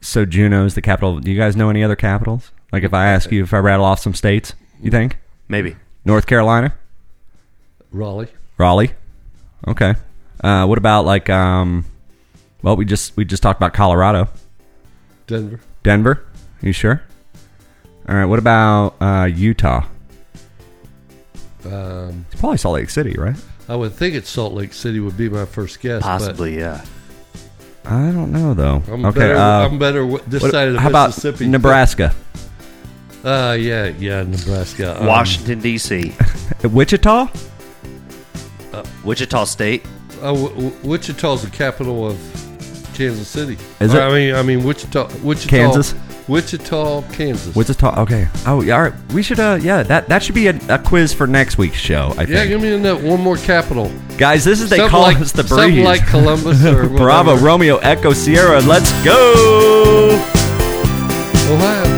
so Juneau's the capital. Do you guys know any other capitals? Like if I ask you if I rattle off some states, you think Maybe. North Carolina, Raleigh. Raleigh. Okay. Uh, what about like um? Well, we just we just talked about Colorado, Denver. Denver. You sure? All right. What about uh, Utah? Um, It's probably Salt Lake City, right? I would think it's Salt Lake City would be my first guess. but Possibly, yeah. I don't know though. I'm okay. better. uh, I'm better with this what- side of the how about Mississippi. Nebraska, Uh, yeah, yeah, Nebraska. Um, Washington, D.C., Wichita? Wichita State. Uh, w- w- Wichita's the capital of Kansas City. Is Or, it? I mean, I mean Wichita, Wichita, Kansas? Wichita, Kansas. Wichita. Okay. Oh, yeah, all right. We should. Uh, yeah. That that should be a, a quiz for next week's show. I think. yeah, give me that one more capital. Guys, this is they Something call like- us the something breeze. like Columbus or Bravo, whatever. Romeo, Echo, Sierra. Let's go. Ohio.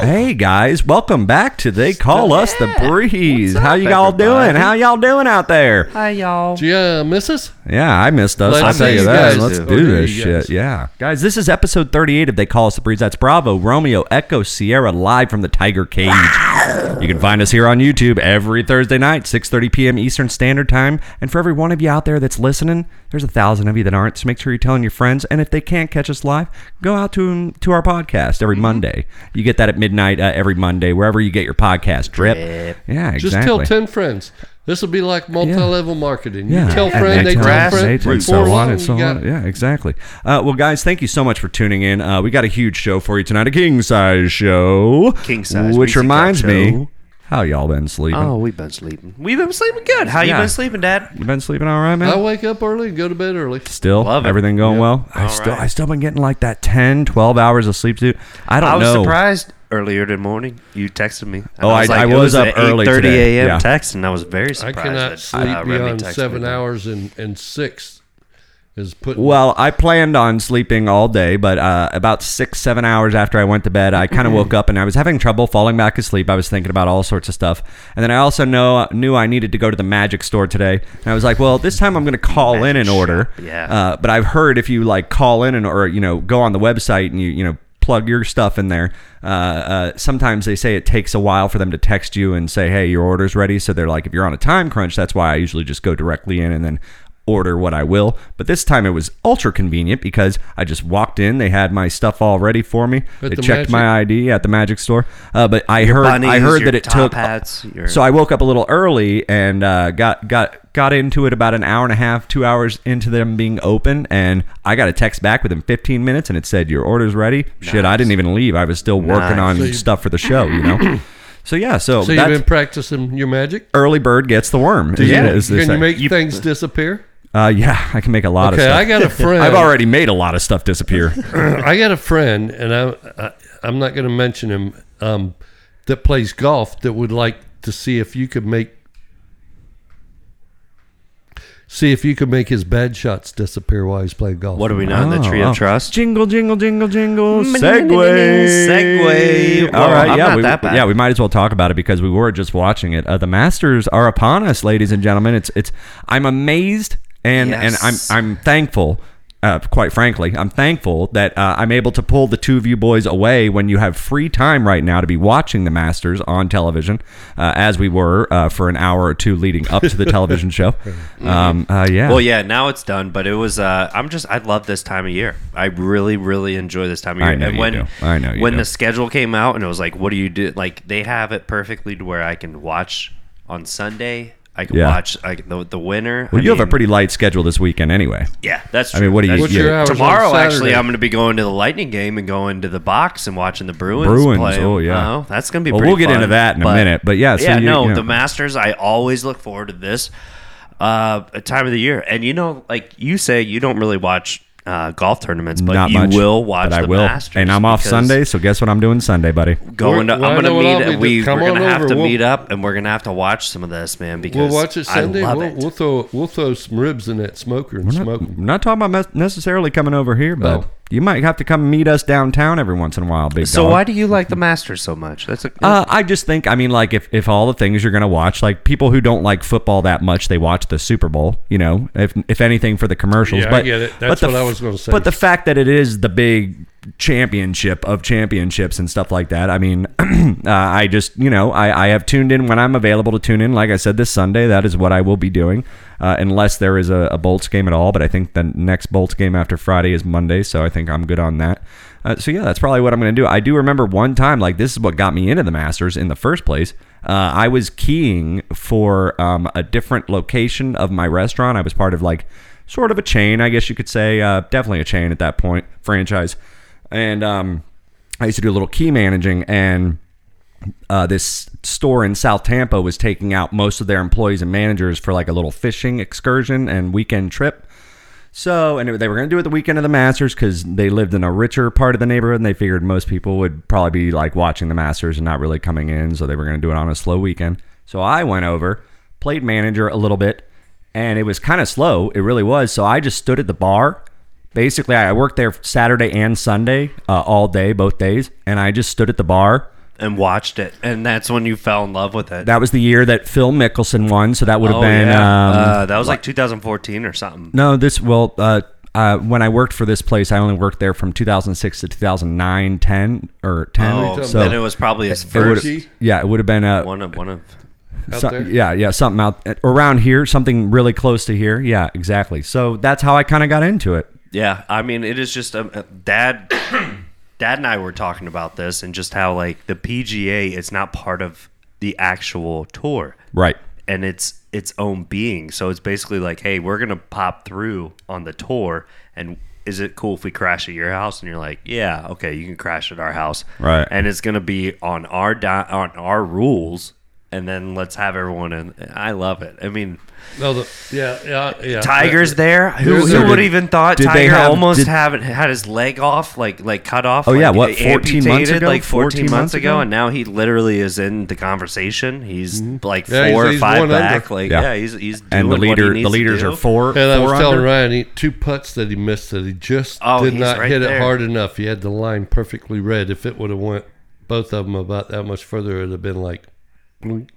Hey guys, welcome back to They Call Us the Breeze. How you all doing? How y'all doing out there? Do you uh, miss us? Yeah, I missed us. Let's I'll tell see you you that. guys Let's do. do Okay, this you shit. guys. Yeah. Guys, this is episode 38 of They Call Us the Breeze. That's Bravo, Romeo, Echo, Sierra, live from the Tiger Cage. you can find us here on YouTube every Thursday night, 6.30 p.m. Eastern Standard Time. And for every one of you out there that's listening, there's a thousand of you that aren't, so make sure you're telling your friends. And if they can't catch us live, go out to, to our podcast Mm-hmm. every Monday. You get that at midnight uh, every Monday, wherever you get your podcast drip. Yeah, exactly. Just tell ten friends. This will be like multi-level marketing. Yeah. You tell And friend, they tell tell friend, us, they- and before so on long and you so got- on. Yeah, exactly. Uh, well, guys, thank you so much for tuning in. Uh, we got a huge show for you tonight, a king size show. King size Which music reminds talk me, show. how y'all been sleeping? Oh, we've been sleeping. We've been sleeping good. How Yeah. you been sleeping, Dad? You been sleeping all right, man? I wake up early and go to bed early. still, Love it. everything going well? I All still, right. I still been getting like that 10, 12 hours of sleep, dude. I don't I was know. surprised earlier in the morning. You texted me. And Oh, I- I it was up at early 8:30 today. a.m. Yeah. text, and I was very I surprised. cannot that, sleep uh, Remy beyond texted seven me. hours and, and six is putting Well, I planned on sleeping all day, but uh, about six, seven hours after I went to bed, I kind of woke up and I was having trouble falling back asleep. I was thinking about all sorts of stuff, and then I also know knew I needed to go to the magic store today. And I was like, well, this time I'm going to call in Magic an order. shop, yeah. Uh, but I've heard if you like call in and or you know go on the website and you you know plug your stuff in there. Uh, uh, sometimes they say it takes a while for them to text you and say, hey, your order's ready. So they're like, if you're on a time crunch, that's why I usually just go directly in and then order what I will. But this time it was ultra convenient because I just walked in. They had my stuff all ready for me. At they the checked my ID at the magic store. Uh, but I heard I bunnies, heard your that it top took hats, your- so I woke up a little early and uh, got got got into it about an hour and a half, two hours into them being open, and I got a text back within 15 minutes, and it said your order's ready. Shit, I didn't even leave. I was still working Nice. on So you- stuff for the show, you know. so yeah, so, So you've that's been practicing your magic? early bird gets the worm. is- you- is this Can you thing. make things disappear? Uh, yeah, I can make a lot of Okay, stuff. I got a friend. I've already made a lot of stuff disappear. I got a friend, and I, I I'm not going to mention him. Um, that plays golf. That would like to see if you could make see if you could make his bad shots disappear while he's playing golf. What do we know? the Tree of Oh, oh. Trust. Jingle, jingle, jingle, jingle. Segway. Segway. All Well, right. I'm yeah, not we, that bad. yeah, we might as well talk about it because we were just watching it. Uh, the Masters are upon us, ladies and gentlemen. It's it's. I'm amazed and Yes. and I'm I'm thankful. Uh, quite frankly, I'm thankful that uh, I'm able to pull the two of you boys away when you have free time right now to be watching the Masters on television, uh, as we were uh, for an hour or two leading up to the television show. Um, uh, yeah. Mm-hmm. Well, yeah, now it's done, but it was. Uh, I'm just. I love this time of year. I really, really enjoy this time of I year. know and you when, do. I know you when do. the schedule came out, and it was like, "What do you do?" Like they have it perfectly to where I can watch on Sunday. I can Yeah. watch like the the winner. Well, I you have a mean, pretty light schedule this weekend, anyway. Yeah, that's. I True. mean, what do you- That's What's yeah. your hours on Tomorrow, actually, Saturday? I'm going to be going to the Lightning game and going to the box and watching the Bruins. Bruins, play. oh, yeah. Uh, that's going to be. Well, pretty we'll get fun, into that in a minute, but yeah, so yeah, you- no, you know. the Masters. I always look forward to this uh, time of the year, and you know, like you say, you don't really watch uh, golf tournaments, but Not you much, will watch but I the will. Masters, and I'm off because Sunday, so guess what I'm doing Sunday, buddy? Going to, I'm Why going not? I'll be to meet. doing- We, we're come going to on have over. to We'll- meet up, and we're going to have to watch some of this, man. Because We'll watch it Sunday. I love we'll, it. we'll throw we'll throw some ribs in that smoker and smoke 'em. Not talking about mes- necessarily coming over here, but Oh. You might have to come meet us downtown every once in a while, big So dog. why do you like the Masters so much? That's a Uh, I just think, I mean, like, if, if all the things you're going to watch, like, people who don't like football that much, they watch the Super Bowl, you know, if, if anything, for the commercials. Yeah, I but, get it. That's what I was gonna say. But the fact that it is the big championship of championships and stuff like that, I mean, uh, I just, you know, I, I have tuned in when I'm available to tune in. Like I said, this Sunday, that is what I will be doing, uh, unless there is a, a Bolts game at all. But I think the next Bolts game after Friday is Monday, so I think I'm good on that. Uh, so yeah, that's probably what I'm going to do. I do remember one time, like this is what got me into the Masters in the first place. Uh, I was keying for um, a different location of my restaurant. I was part of like sort of a chain, I guess you could say, uh, definitely a chain at that point, franchise. And um, I used to do a little key managing and uh, this store in South Tampa was taking out most of their employees and managers for like a little fishing excursion and weekend trip. So, and they were going to do it the weekend of the Masters because they lived in a richer part of the neighborhood and they figured most people would probably be like watching the Masters and not really coming in. So they were going to do it on a slow weekend. So I went over, played manager a little bit, and it was kind of slow. It really was. So I just stood at the bar basically i worked there saturday and sunday uh, all day both days and i just stood at the bar and watched it, and that's when you fell in love with it. that was the year that phil mickelson won so that would have oh, been yeah. um, uh, that was like 2014 or something. no this well uh, uh, when i worked for this place i only worked there from 2006 to 2009 10 or 10 Oh, so then it was probably his it first would've- yeah it would have been a one of one of. out Some- there. Yeah, yeah, something out around here, something really close to here. Yeah, exactly. So that's how I kind of got into it. Yeah, I mean, it is just um, uh, dad. dad and I were talking about this and just how like the PGA is not part of the actual tour, Right. and it's its own being. So it's basically like, hey, we're gonna pop through on the tour, and is it cool if we crash at your house? And you're like, yeah, okay, you can crash at our house, Right. And it's gonna be on our di- on our rules, and then let's have everyone in. I love it. I mean, No, the, yeah, yeah, yeah. Tiger's there. Who, There's a- who would even thought did they Tiger have- almost did- haven't had his leg off, like like cut off? Oh, like, yeah, what, 14 months amputated, ago? Like fourteen, 14 months months ago, ago? and now he literally is in the conversation. He's like Yeah, he's- four he's or five one back. under. Like Mm-hmm. Yeah. yeah. he's he's doing And the what leader, he needs the to leaders do. are four. And I four was telling under. Ryan, he, two putts that he missed that he just Oh, did he's not right hit it there. hard enough. He had the line perfectly red. If it would have went both of them about that much further, it'd have been like, blink.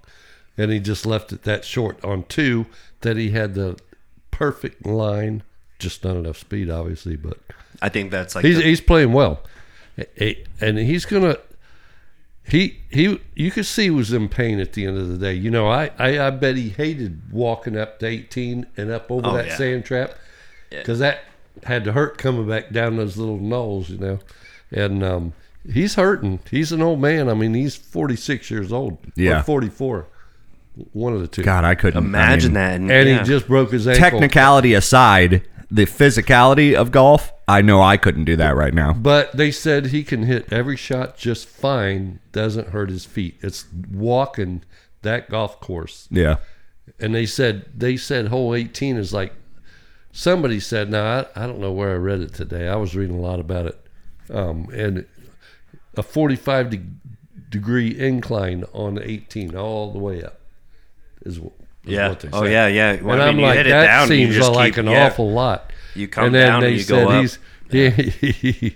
and he just left it that short on two that he had the perfect line, just not enough speed, obviously, but I think that's like he's the- he's playing well, Eh, eh, and he's gonna. He he, you could see he was in pain at the end of the day. You know, I I, I bet he hated walking up to eighteen and up over Oh, that yeah. sand trap because that had to hurt coming back down those little knolls. You know, and um, he's hurting. He's an old man. I mean, he's forty six years old. Yeah. forty four. One of the two. God, I couldn't I imagine mean, that. And, And yeah. he just broke his ankle. Technicality aside, the physicality of golf, I know I couldn't do that right now. But they said he can hit every shot just fine, doesn't hurt his feet. It's walking that golf course. Yeah. And they said they said hole 18 is like somebody said, now I, I don't know where I read it today. I was reading a lot about it. Um, and a 45 de- degree incline on 18 all the way up is, wh- is yeah. what they said. Oh yeah, yeah. Well, And I I'm mean, you like, hit it that down. and you seems just like keep- an yeah. awful lot. You come and then down they and you said go up. he's yeah.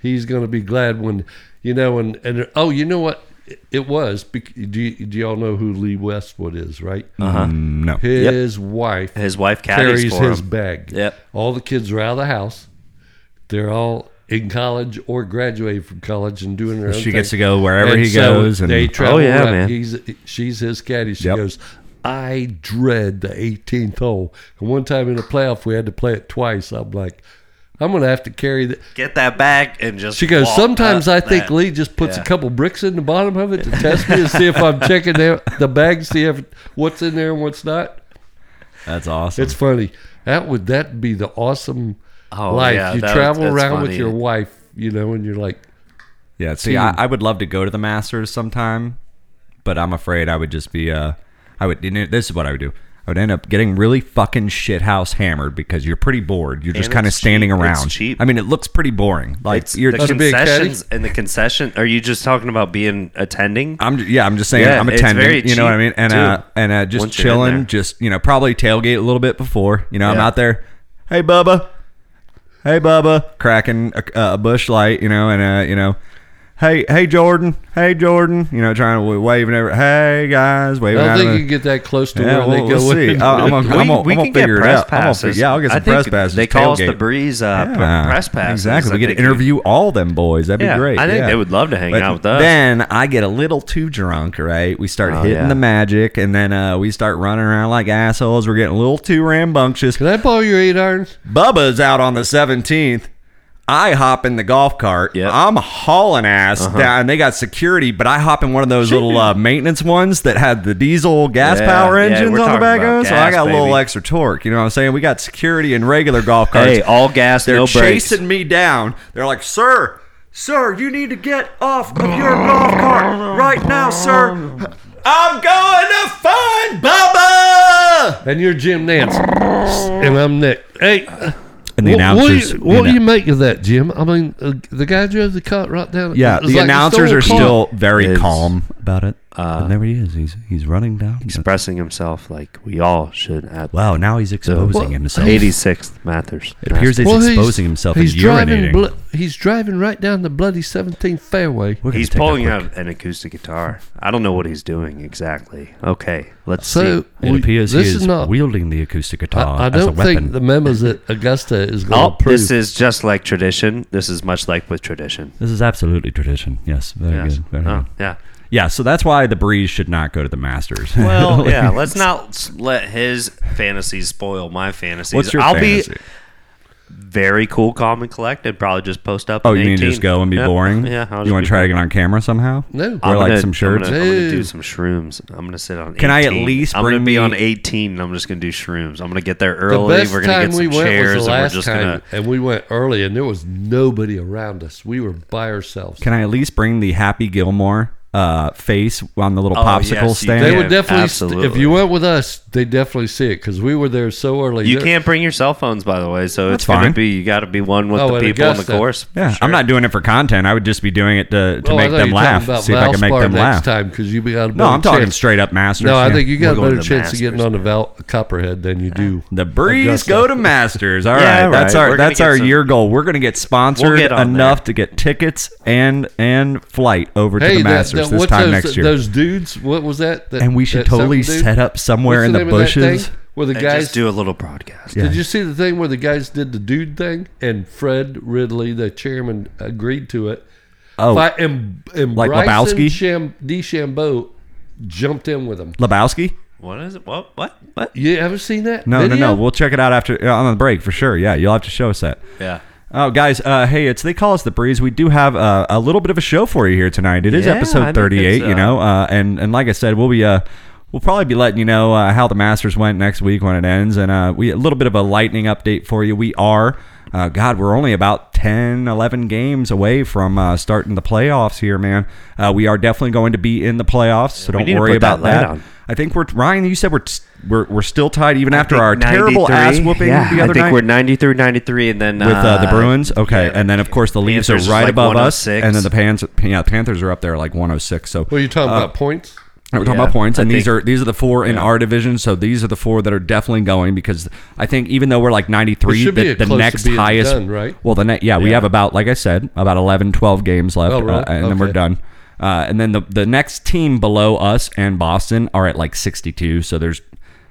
he's going to be glad when you know and and oh you know what it was. bec- Do you, do y'all know who Lee Westwood is? Right, uh-huh. Mm, no. his wife His wife caddies carries for his him. bag. Yep. all the kids are out of the house. They're all in college or graduated from college and doing their own. She gets to thing. go wherever And he so goes. And they travel. Oh, yeah, around. man. He's she's his caddy. She Yep. goes. I dread the 18th hole. And one time in the playoff, we had to play it twice. I'm like, I'm going to have to carry that. Get that back and just. She goes, walk Sometimes I up think that. Lee just puts Yeah. a couple bricks in the bottom of it to test me to see if I'm checking the, the bag, see if what's in there and what's not. that's awesome. It's funny. That would that be the awesome Oh, life. yeah, you that was- travel that's around with funny. your wife, you know, and you're like, yeah. See, I, I would love to go to the Masters sometime, but I'm afraid I would just be. Uh, I would. You know, this is what I would do. I would end up getting really fucking shithouse hammered because you're pretty bored. You're just And kind of it's standing cheap. It's around. cheap. I mean, it looks pretty boring. Like It's you're the just That's a big concessions and the concession. Are you just talking about being attending? I'm yeah. I'm just saying. Yeah, I'm it's attending. very you know what I cheap, mean? And too, uh, and uh, just once you're in chilling. there. Just you know, probably tailgate a little bit before. You know, I'm Yeah. out there. Hey, Bubba. hey Bubba, cracking a, a bush light, you know, and uh, you know, hey hey Jordan, hey Jordan, you know, trying to wave and every, hey guys, I waving. don't at think you him. can get that close to yeah, where we'll, they go we'll see. in. I- I'm gonna, I'm gonna, we I'm gonna can get figure it press out. I'm gonna passes. fig- yeah, I'll get I some think press passes. They call us the tailgate. breeze uh, pr- Yeah, press passes. Exactly. I We get to think you- interview all them boys. That'd Yeah, be great. I think yeah. they would love to hang But out with us. Then I get a little too drunk, right? We start Oh, hitting yeah. the magic, and then uh, we start running around like assholes. We're getting a little too rambunctious. Can I borrow your eight irons? Bubba's out on the 17th. I hop in the golf cart. Yep. Uh-huh. I'm hauling ass down. They got security, but I hop in one of those little uh, maintenance ones that had the diesel gas Yeah, power yeah, engines we're on the talking back about of it. So I gas, got a little baby. extra torque. You know what I'm saying? We got security and regular golf carts. hey, all gas, They're no brakes. chasing me down. They're like, sir, sir, you need to get off of your golf cart right now, sir. I'm going to find Bubba. And you're Jim Nance. and I'm Nick. Hey, And what, what do you, what do you make of that, Jim? I mean, uh, the guy drove the cart right down. yeah, it's the like he announcers are stole a car. Uh, still very Is, calm about it. and there he is. He's he's running down. Expressing himself like we all should at wow, now he's exposing Well, himself. 86th Mathers. It appears he's Well, exposing himself and He's urinating. driving. blo- he's driving right down the bloody 17th fairway. We're gonna He's take a pulling quick- out an acoustic guitar. I don't know what he's doing exactly. Okay, let's So see. It we- appears he this is is not. wielding the acoustic guitar I, I as a don't weapon. think the members at Augusta is going to Oh, approve. this is just like tradition. This is much like with tradition. this is absolutely tradition. Yes, very Yes. good. Very Oh, good. yeah. Yeah, so that's why the breeze should not go to the Masters. Well, yeah. Let's not s- let his fantasies spoil my fantasies. What's your I'll fantasy? be very cool, calm, and collected. Probably just post up. oh, an you mean 18. just go and be Yep. boring? Yeah. I'll you just want be to try to boring. get on camera somehow? no. Wear I'm like gonna- some shirts? I'm gonna, I'm gonna do Dude. some shrooms. I'm gonna sit on. 18. Can I at least I'm bring gonna be me- on 18? and I'm just gonna do shrooms. I'm gonna get there the early. best We're gonna time get some we went chairs, was the and we're last just time, gonna. and we went early, and there was nobody around us. We were by ourselves. Can I at least bring the Happy Gilmore uh, face on the little Oh, popsicle yes, you stand? they Yeah, would definitely, st- if absolutely. you went with us, they definitely see it because we were there so early. You There- can't bring your cell phones, by the way. So That's it's gonna fine. be you got to be one with Oh, the at people on the Augusta. course. for Yeah, sure. I'm not doing it for content. I would just be doing it to, to Oh, I make thought them you were talking laugh. about See if I can make Valspar them next laugh. time because you got No, a better I'm talking chance. straight up Masters. No, I yeah. think you got We're a going better to chance of getting Masters. on the Val- Copperhead than you do. the breeze Augusta. go to Masters. All right, Yeah, that's right. our We're gonna that's get our some- year goal. We're going to get sponsored We'll get on enough to get tickets and and flight over to Hey, the that- Masters that- this what's time those, next year. Those dudes, what was that? that and we should that totally something dude? set up somewhere What's in the the, name of that thing bushes. where the And guys just do a little broadcast. Yeah. Did you see the thing where the guys did the dude thing and Fred Ridley, the chairman, agreed to it? Oh. Fi- and, and Like Bryson Lebowski? Sham- DeChambeau jumped in with him. Lebowski? What is it? What? What? What? You ever seen that? No, video? no, no. We'll check it out after uh, on the break for sure. Yeah, you'll have to show us that. Yeah. Oh, guys, uh, hey, it's They Call Us the Breeze. We do have uh, a little bit of a show for you here tonight. It is Yeah, I episode think 38, it's, you uh, know, uh, and, and like I said, we'll be. Uh, We'll probably be letting you know uh, how the Masters went next week when it ends, and uh, we a little bit of a lightning update for you. We are, uh, God, we're only about 10, 11 games away from uh, starting the playoffs here, man. Uh, we are definitely going to be in the playoffs, so we need don't to worry put that about light that. on. I think we're Ryan. You said we're we're, we're still tied even after think our terrible 93. ass whooping Yeah, the other I think night we're 93 93 and then with uh, the Bruins. Okay, and then of course the Leafs Panthers is are right like above us, 106. and then the Pans, yeah, the Panthers are up there like 106. So What are you uh, talking about? Points? we're talking Yeah, about points, I and these are think- these are the four in our division. So these are the four that are definitely going because I think even though we're like 93, It should be the, a the close to next being highest, done, right? Well, the next yeah, we have about like I said, about 11, 12 games left, Oh, really? uh, and then we're Okay. done. Uh, and then the the next team below us and Boston are at like 62. So there's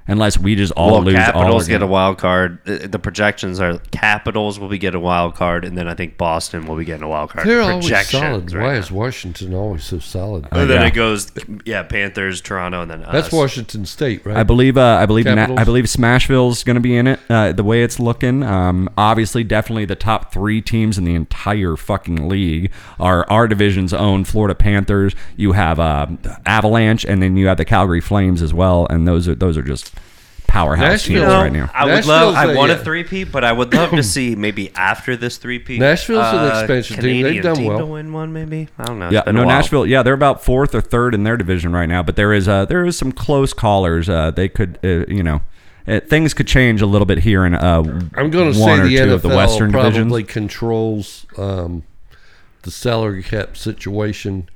unless we just all Well, lose all Capitals again. get a wild card. Uh, The projections are Capitals will be getting a wild card, and then I think Boston will be getting a wild card. They're always projections, solid. right Why now. is Washington always so solid? And then Oh, yeah. it goes, yeah, Panthers, Toronto, and then us. That's Washington State, right? I believe uh, I believe Na- Capitals. I believe Smashville's going to be in it. Uh, the way it's looking, um, obviously, definitely the top three teams in the entire fucking league are our division's own Florida Panthers. You have uh, Avalanche, and then you have the Calgary Flames as well. And those are those are just powerhouse Nashville- teams right now. I would Nashville's love. I a- want a yeah. three P, but I would love to see maybe after this three P. Nashville's an expansion team. They've done well. To win one, maybe I don't know. It's Yeah, been a no, while. Nashville. Yeah, they're about fourth or third in their division right now. But there is uh, there is some close callers. Uh, they could, uh, you know, uh, things could change a little bit here in uh, I'm going to one say or the two NFL of the Western probably divisions. controls um, the salary cap situation,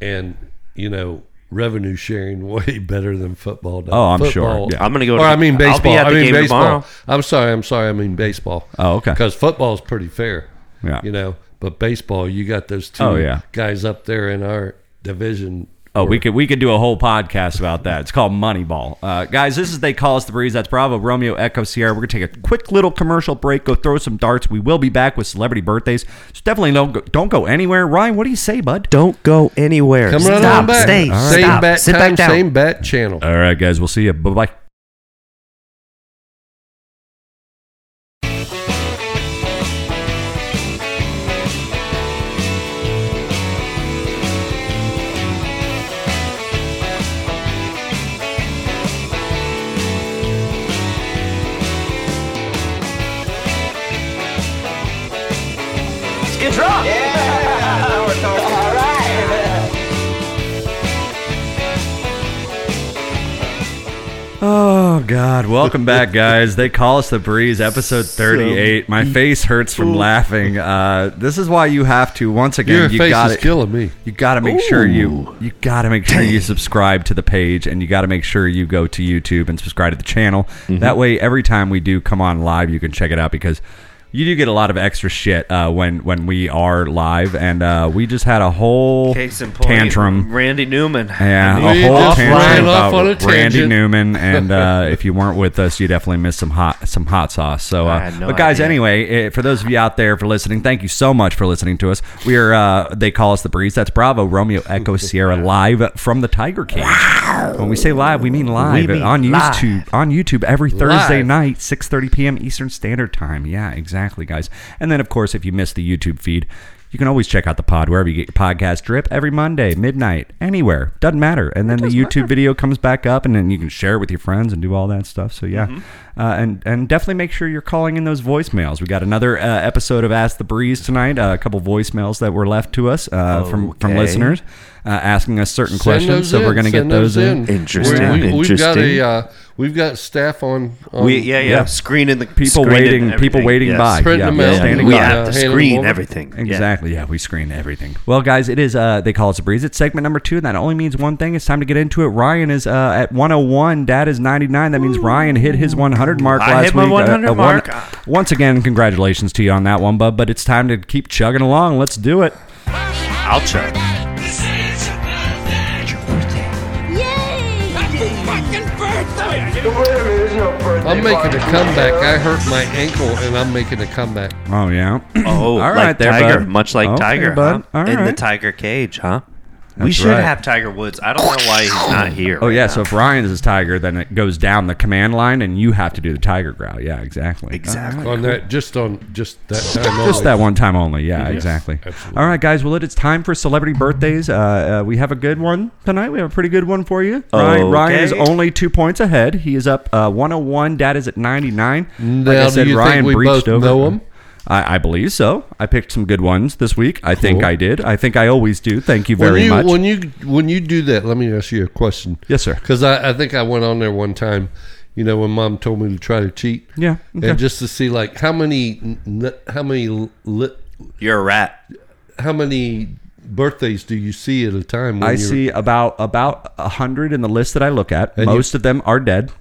and you know revenue sharing way better than football does. Oh, I'm sure. Football- Yeah. I'm gonna go. Or to, I mean baseball. I'll be at the I mean game baseball. tomorrow. I'm sorry. I'm sorry. I mean baseball. Oh, okay. Because football's pretty fair. Yeah. You know, but baseball, you got those two Oh, yeah. guys up there in our division. Oh, we could we could do a whole podcast about that. It's called Moneyball, uh, guys. This is they call us the breeze. That's Bravo Romeo Echo Sierra. We're gonna take a quick little commercial break. Go throw some darts. We will be back with celebrity birthdays. So definitely don't go, don't go anywhere. Ryan, what do you say, bud? Don't go anywhere. Come Stop. right on back. Stay. Same Stop. bat Sit time, back down. same bat channel. All right, guys. We'll see you. Bye bye. Skid Row. Yeah. Now we're talking. All right. Oh God! Welcome back, guys. They call us the breeze, episode thirty-eight. My face hurts from laughing. Uh, this is why you have to once again. Your you face got is it. killing me. You got to make sure you you got to make sure you subscribe to the page, and you got to make sure you go to YouTube and subscribe to the channel. Mm-hmm. That way, every time we do come on live, you can check it out because you do get a lot of extra shit uh, when when we are live, and uh, we just had a whole Case in point, tantrum. Randy Newman. Yeah, We a whole just ran tantrum off about on a Randy tangent. Newman, and uh, if you weren't with us, you definitely missed some hot some hot sauce. So, I uh, had no but guys, idea. anyway, eh, for those of you out there for listening, thank you so much for listening to us. We are uh, they call us the breeze. That's Bravo Romeo Echo Sierra live from the Tiger Cage. When we say live, we mean live uh, mean on live. YouTube on YouTube every Thursday Live. night night, 6:30 p.m. Eastern Standard Time. Yeah, exactly, guys. And then, of course, if you miss the YouTube feed, you can always check out the pod wherever you get your podcast drip every Monday, midnight, anywhere. Doesn't matter. And then the YouTube video comes back up, and then you can share it with your friends and do all that stuff. So yeah, uh, and and definitely make sure you're calling in those voicemails. We got another uh, episode of Ask the Breeze tonight. Uh, a couple voicemails that were left to us uh, from from Okay. listeners uh, asking us certain Send questions. those So in, we're gonna get send those in. Interesting, We, have got a interesting. uh, we've got staff on. on We yeah yeah, Yeah. screening the People screening waiting, people everything. waiting Yes. by. Printing them out. standing We by. Yeah. have to Hand 'em screen over. everything. Yeah. Exactly. Yeah. we screen everything. Well, guys, it is. Uh, they call us a breeze. It's segment number two, and that only means one thing. It's time to get into it. Ryan is uh, at 101. Dad is 99. That means Ryan hit his 100 mark I last hit week. Uh, my 100 one- mark. once again, congratulations to you on that one, bub. But it's time to keep chugging along. Let's do it. I'll check. Yay! Happy fucking birthday! I'm making a comeback. I hurt my ankle, and I'm making a comeback. Oh yeah. Oh, All like right there, Tiger, bud. much like Okay, Tiger, bud. huh? All in the right. Tiger cage, huh? we That's should right. have Tiger Woods. I don't know why he's not here. Oh right yeah. now. So if Ryan is his tiger, then it goes down the command line, and you have to do the tiger growl. Yeah, exactly. Exactly. All right. On that, just on just that time. Just only. that one time only. Yeah, exactly. absolutely. All right, guys. Well, it is time for celebrity birthdays. Uh, uh, we have a good one tonight. We have a pretty good one for you. Ryan, Ryan is Okay. only two points ahead. He is up uh, 101. Dad is at 99. Now, do you think we both know him? I, I believe so. I picked some good ones this week. I think Cool. I did. I think I always do. Thank you very when you, much. When you when you do that, let me ask you a question. Yes, sir. Because I, I think I went on there one time. You know, when Mom told me to try to cheat. Yeah, okay. And just to see like how many n- how many li- You're a rat. how many birthdays do you see at a time? When I you're- see about about a hundred in the list that I look at. you- Most of them are dead.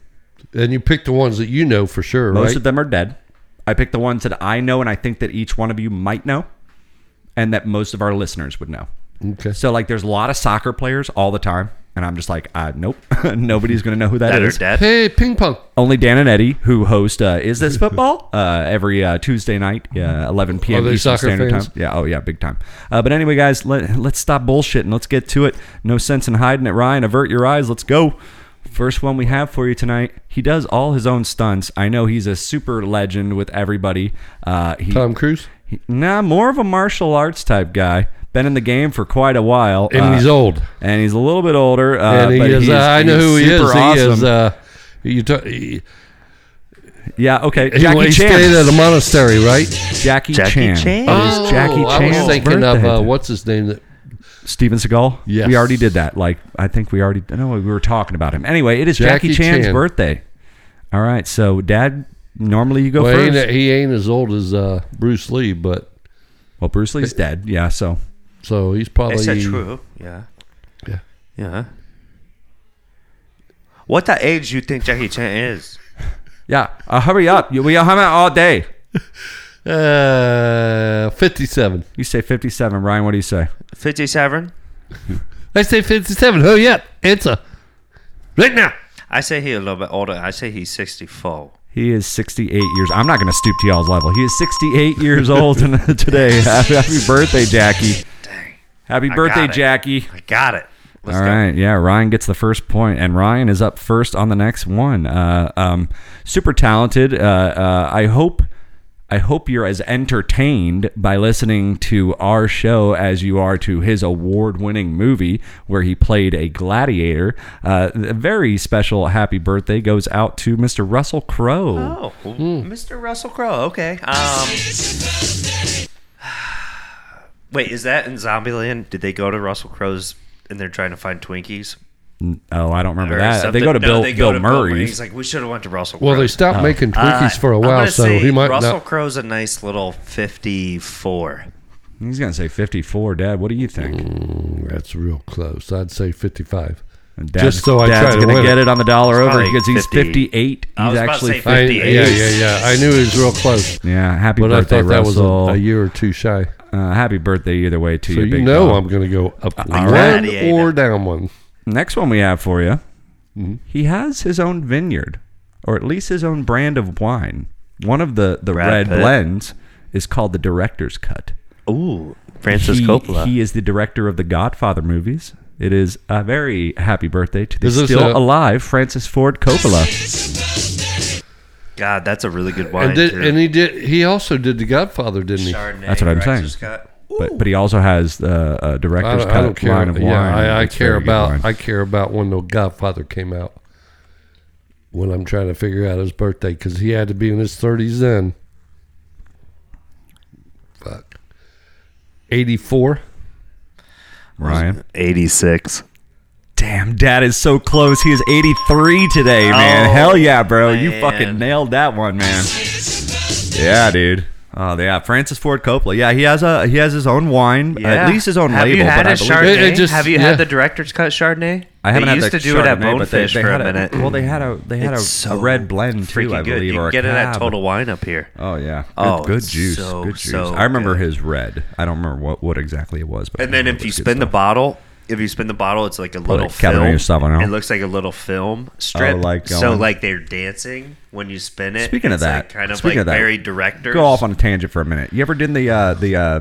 And you pick the ones that you know for sure, Most right? of them are dead. I picked the ones that I know and I think that each one of you might know and that most of our listeners would know. okay. So like there's a lot of soccer players all the time and I'm just like, uh, nope, nobody's going to know who that That are is. dead. Hey, ping pong. Only Dan and Eddie who host uh, Is This Football uh, every uh, Tuesday night, uh, 11 p.m. Are they Eastern soccer Standard fans? Time. Yeah, oh yeah, big time. Uh, but anyway, guys, let, let's stop bullshitting. Let's get to it. No sense in hiding it, Ryan. Avert your eyes. Let's go. First one we have for you tonight. He does all his own stunts. I know he's a super legend with everybody. Uh, he, Tom Cruise. he- nah, more of a martial arts type guy. Been in the game for quite a while. And Uh, he's old. And he's a little bit older. Uh, And but he is. he's- Uh, I know he's who he super is. He is. awesome. Uh, you talk, he, yeah, okay. he, Jackie he Chan. stayed at a monastery, right? Jackie, Jackie Chan. Chan. It is Oh, Jackie I Chan's was thinking birthday. of uh, what's his name that Steven Seagal. Yes. we already did that. Like I think we already. No, we were talking about him. Anyway, it is Jackie, Jackie Chan's Chan. birthday. All right, so Dad, normally you go Well, he first. ain't, he ain't as old as uh, Bruce Lee, but well, Bruce Lee's dead. Yeah, so so he's Is probably that true? Yeah. Yeah. Yeah. What the age you think Jackie Chan is? Yeah, uh, hurry up. You- We are hung out all day. Uh, 57. You say 57, Ryan. What do you say? Fifty-seven. I say 57. Hurry up. Answer. Right now. I say he a little bit older. I say he's sixty-four. He is 68 years. I'm not going to stoop to y'all's level. He is 68 years old and- today. Happy, happy birthday, Jackie. Dang, Happy got birthday, it. Jackie. I got it. Let's All go. right, yeah. Ryan gets the first point, and Ryan is up first on the next one. Uh, um, super talented. Uh, uh, I hope, I hope you're as entertained by listening to our show as you are to his award-winning movie, where he played a gladiator. Uh, a very special happy birthday goes out to Mr. Russell Crowe. Oh, well, Hmm. Mr. Russell Crowe. Okay. Um, wait, is that in Zombieland? Did they go to Russell Crowe's and they're trying to find Twinkies? Oh, I don't remember Or that. They something? go to No, Bill, they go Bill to Murray's. He's like, we should have went to Russell. Well, they Crowe's." stopped Oh. making Twinkies Uh, for a I'm while, gonna so say he might Russell not. Crowe's a nice little fifty-four. He's gonna say fifty-four, Dad. What do you Mm. think? That's real close. I'd say 55. And Just so I Dad's try to gonna win get it. it on the dollar over probably because he's 50. fifty-eight. I He's was about to actually say I, yeah, 58. yeah, yeah. I knew he was real close. Yeah, happy But birthday, I thought that Russell. was a, a year or two shy. uh, happy birthday either way to So you. you big know dog. I'm going to go up all one right. or down one. Next one we have for you. Mm-hmm. He has his own vineyard, or at least his own brand of wine. One of the the Brad red Pitt. blends is called the Director's Cut. Ooh, Francis he, Coppola. he is the director of the Godfather movies. It is a very happy birthday to the Is this still a- alive Francis Ford Coppola. God, that's a really good wine. And, did, too. and he did. He also did The Godfather, didn't he? Chardonnay, That's what I'm Director's saying. Cut. But, but he also has uh, a I director's don't, I cut don't care. line of wine. yeah, I, I It's care very good about. wine. I care about when the Godfather came out. When I'm trying to figure out his birthday, because he had to be in his 30s then. Fuck. 84. Ryan. 86. Damn, dad is so close. He is 83 today, man. Oh, Hell yeah, bro. You man. fucking nailed that one, man. Yeah, dude. Oh yeah, Francis Ford Coppola. Yeah, he has a he has his own wine, at least his own Have label. You had but I a believe Chardonnay? It- it just- have you yeah. had the director's cut Chardonnay? I haven't they had used the to do it at Chardonnay, but they- Bonefish they for a had minute. Well, they had a they had a, It's a so red blend too, I Freaking good. believe, You or can a get it at cab. Total Wine up here. Oh yeah. Good, Oh, good it's juice. so, good juice. so I remember good. his red. I don't remember what, what exactly it was, but I And then remember if it you was good spin the stuff. bottle, if you spin the bottle, it's like a little Cabernet film. Sauvignon. It looks like a little film strip. like so going- like they're dancing when you spin it. Speaking of It's, like, that, kind of speaking like of that, very directors. go off on a tangent for a minute. You ever did the uh, the uh,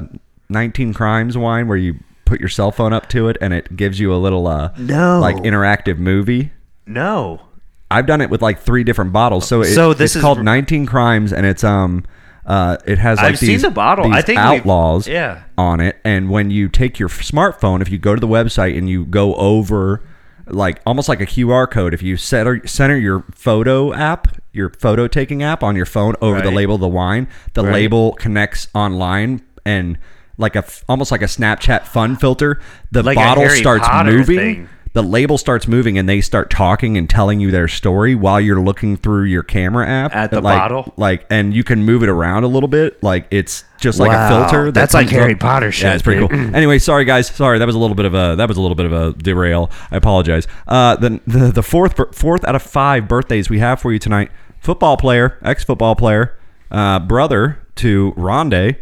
19 Crimes wine where you put your cell phone up to it and it gives you a little uh, No. like interactive movie? No. I've done it with like three different bottles. So, it, So this it's is- called 19 Crimes, and it's um, uh, it has like I've seen these, the bottle. these I think we've- outlaws, yeah. on it. And when you take your smartphone, if you go to the website and you go over, like almost like a QR code, if you center center your photo app, your photo taking app on your phone over the Right. label of the wine, the label connects online and like a f- almost like a Snapchat fun filter. The Like a bottle Harry starts Potter moving thing. the label starts moving and they start talking and telling you their story while you're looking through your camera app At the like, bottle? like and you can move it around a little bit like it's just like a Wow. filter that That's like comes Harry Potter yeah shit, it's pretty dude. cool anyway sorry guys sorry that was a little bit of a that was a little bit of a derail I apologize uh the the, the fourth bir- fourth out of five birthdays we have for you tonight football player ex football player uh brother to Rondé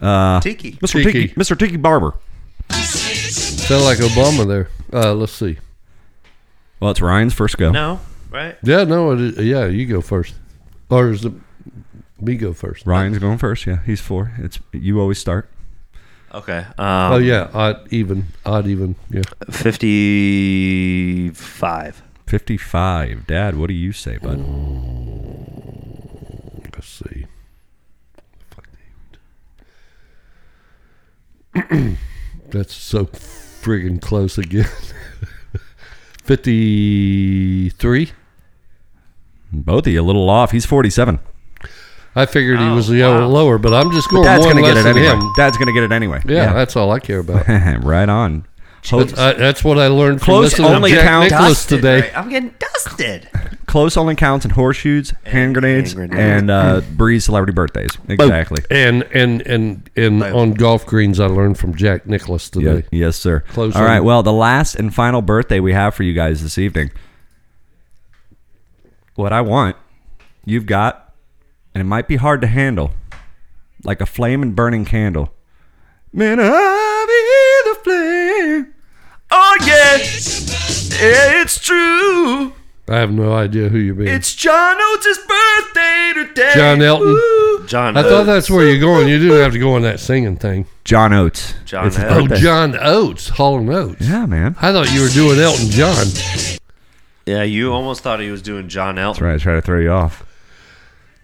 uh Tiki. Mr. Tiki. Tiki Mr. Tiki Barber Sound like Obama there. Uh, let's see. well it's Ryan's first go No. Right. Yeah, no, it is, yeah, you go first, or is it me go first? Ryan's going first yeah he's four it's you always start Okay. Um, Oh yeah, odd even, odd even. Yeah, Fifty-five. 55. Dad, what do you say, bud? let's see. That's so friggin' close again. Fifty-three. Both of you a little off. He's 47. I figured Oh, he was the wow. lower, but I'm just going Dad's one going to less get it than anyway. him. Dad's going to get it anyway. Yeah, that's all I care about. Yeah. right on. Ho- That's, I, that's what I learned from Close listening only to Jack count- Nicholas today. right? I'm getting dusted. close only counts and horseshoes, hand grenades, hand grenades. and uh, Bree's celebrity birthdays. Oh, Exactly. And and and and on golf greens, I learned from Jack Nicholas Yeah, today. yes, sir. Close All right. only. Well, the last and final birthday we have for you guys this evening What I want, you've got, and it might be hard to handle, like a flame and burning candle. Man, I be the flame. Oh yeah, it's true. I have no idea who you're being. It's John Oates' birthday today. John Elton. Woo. John. I thought Oates. that's where you're going. You didn't have to go on that singing thing. John Oates. John It's his Oates. Oh, birthday. John Oates, Hall and Oates. Yeah, man. I thought you were doing Elton John. Yeah, you almost thought he was doing John Elton. Trying to try to throw you off.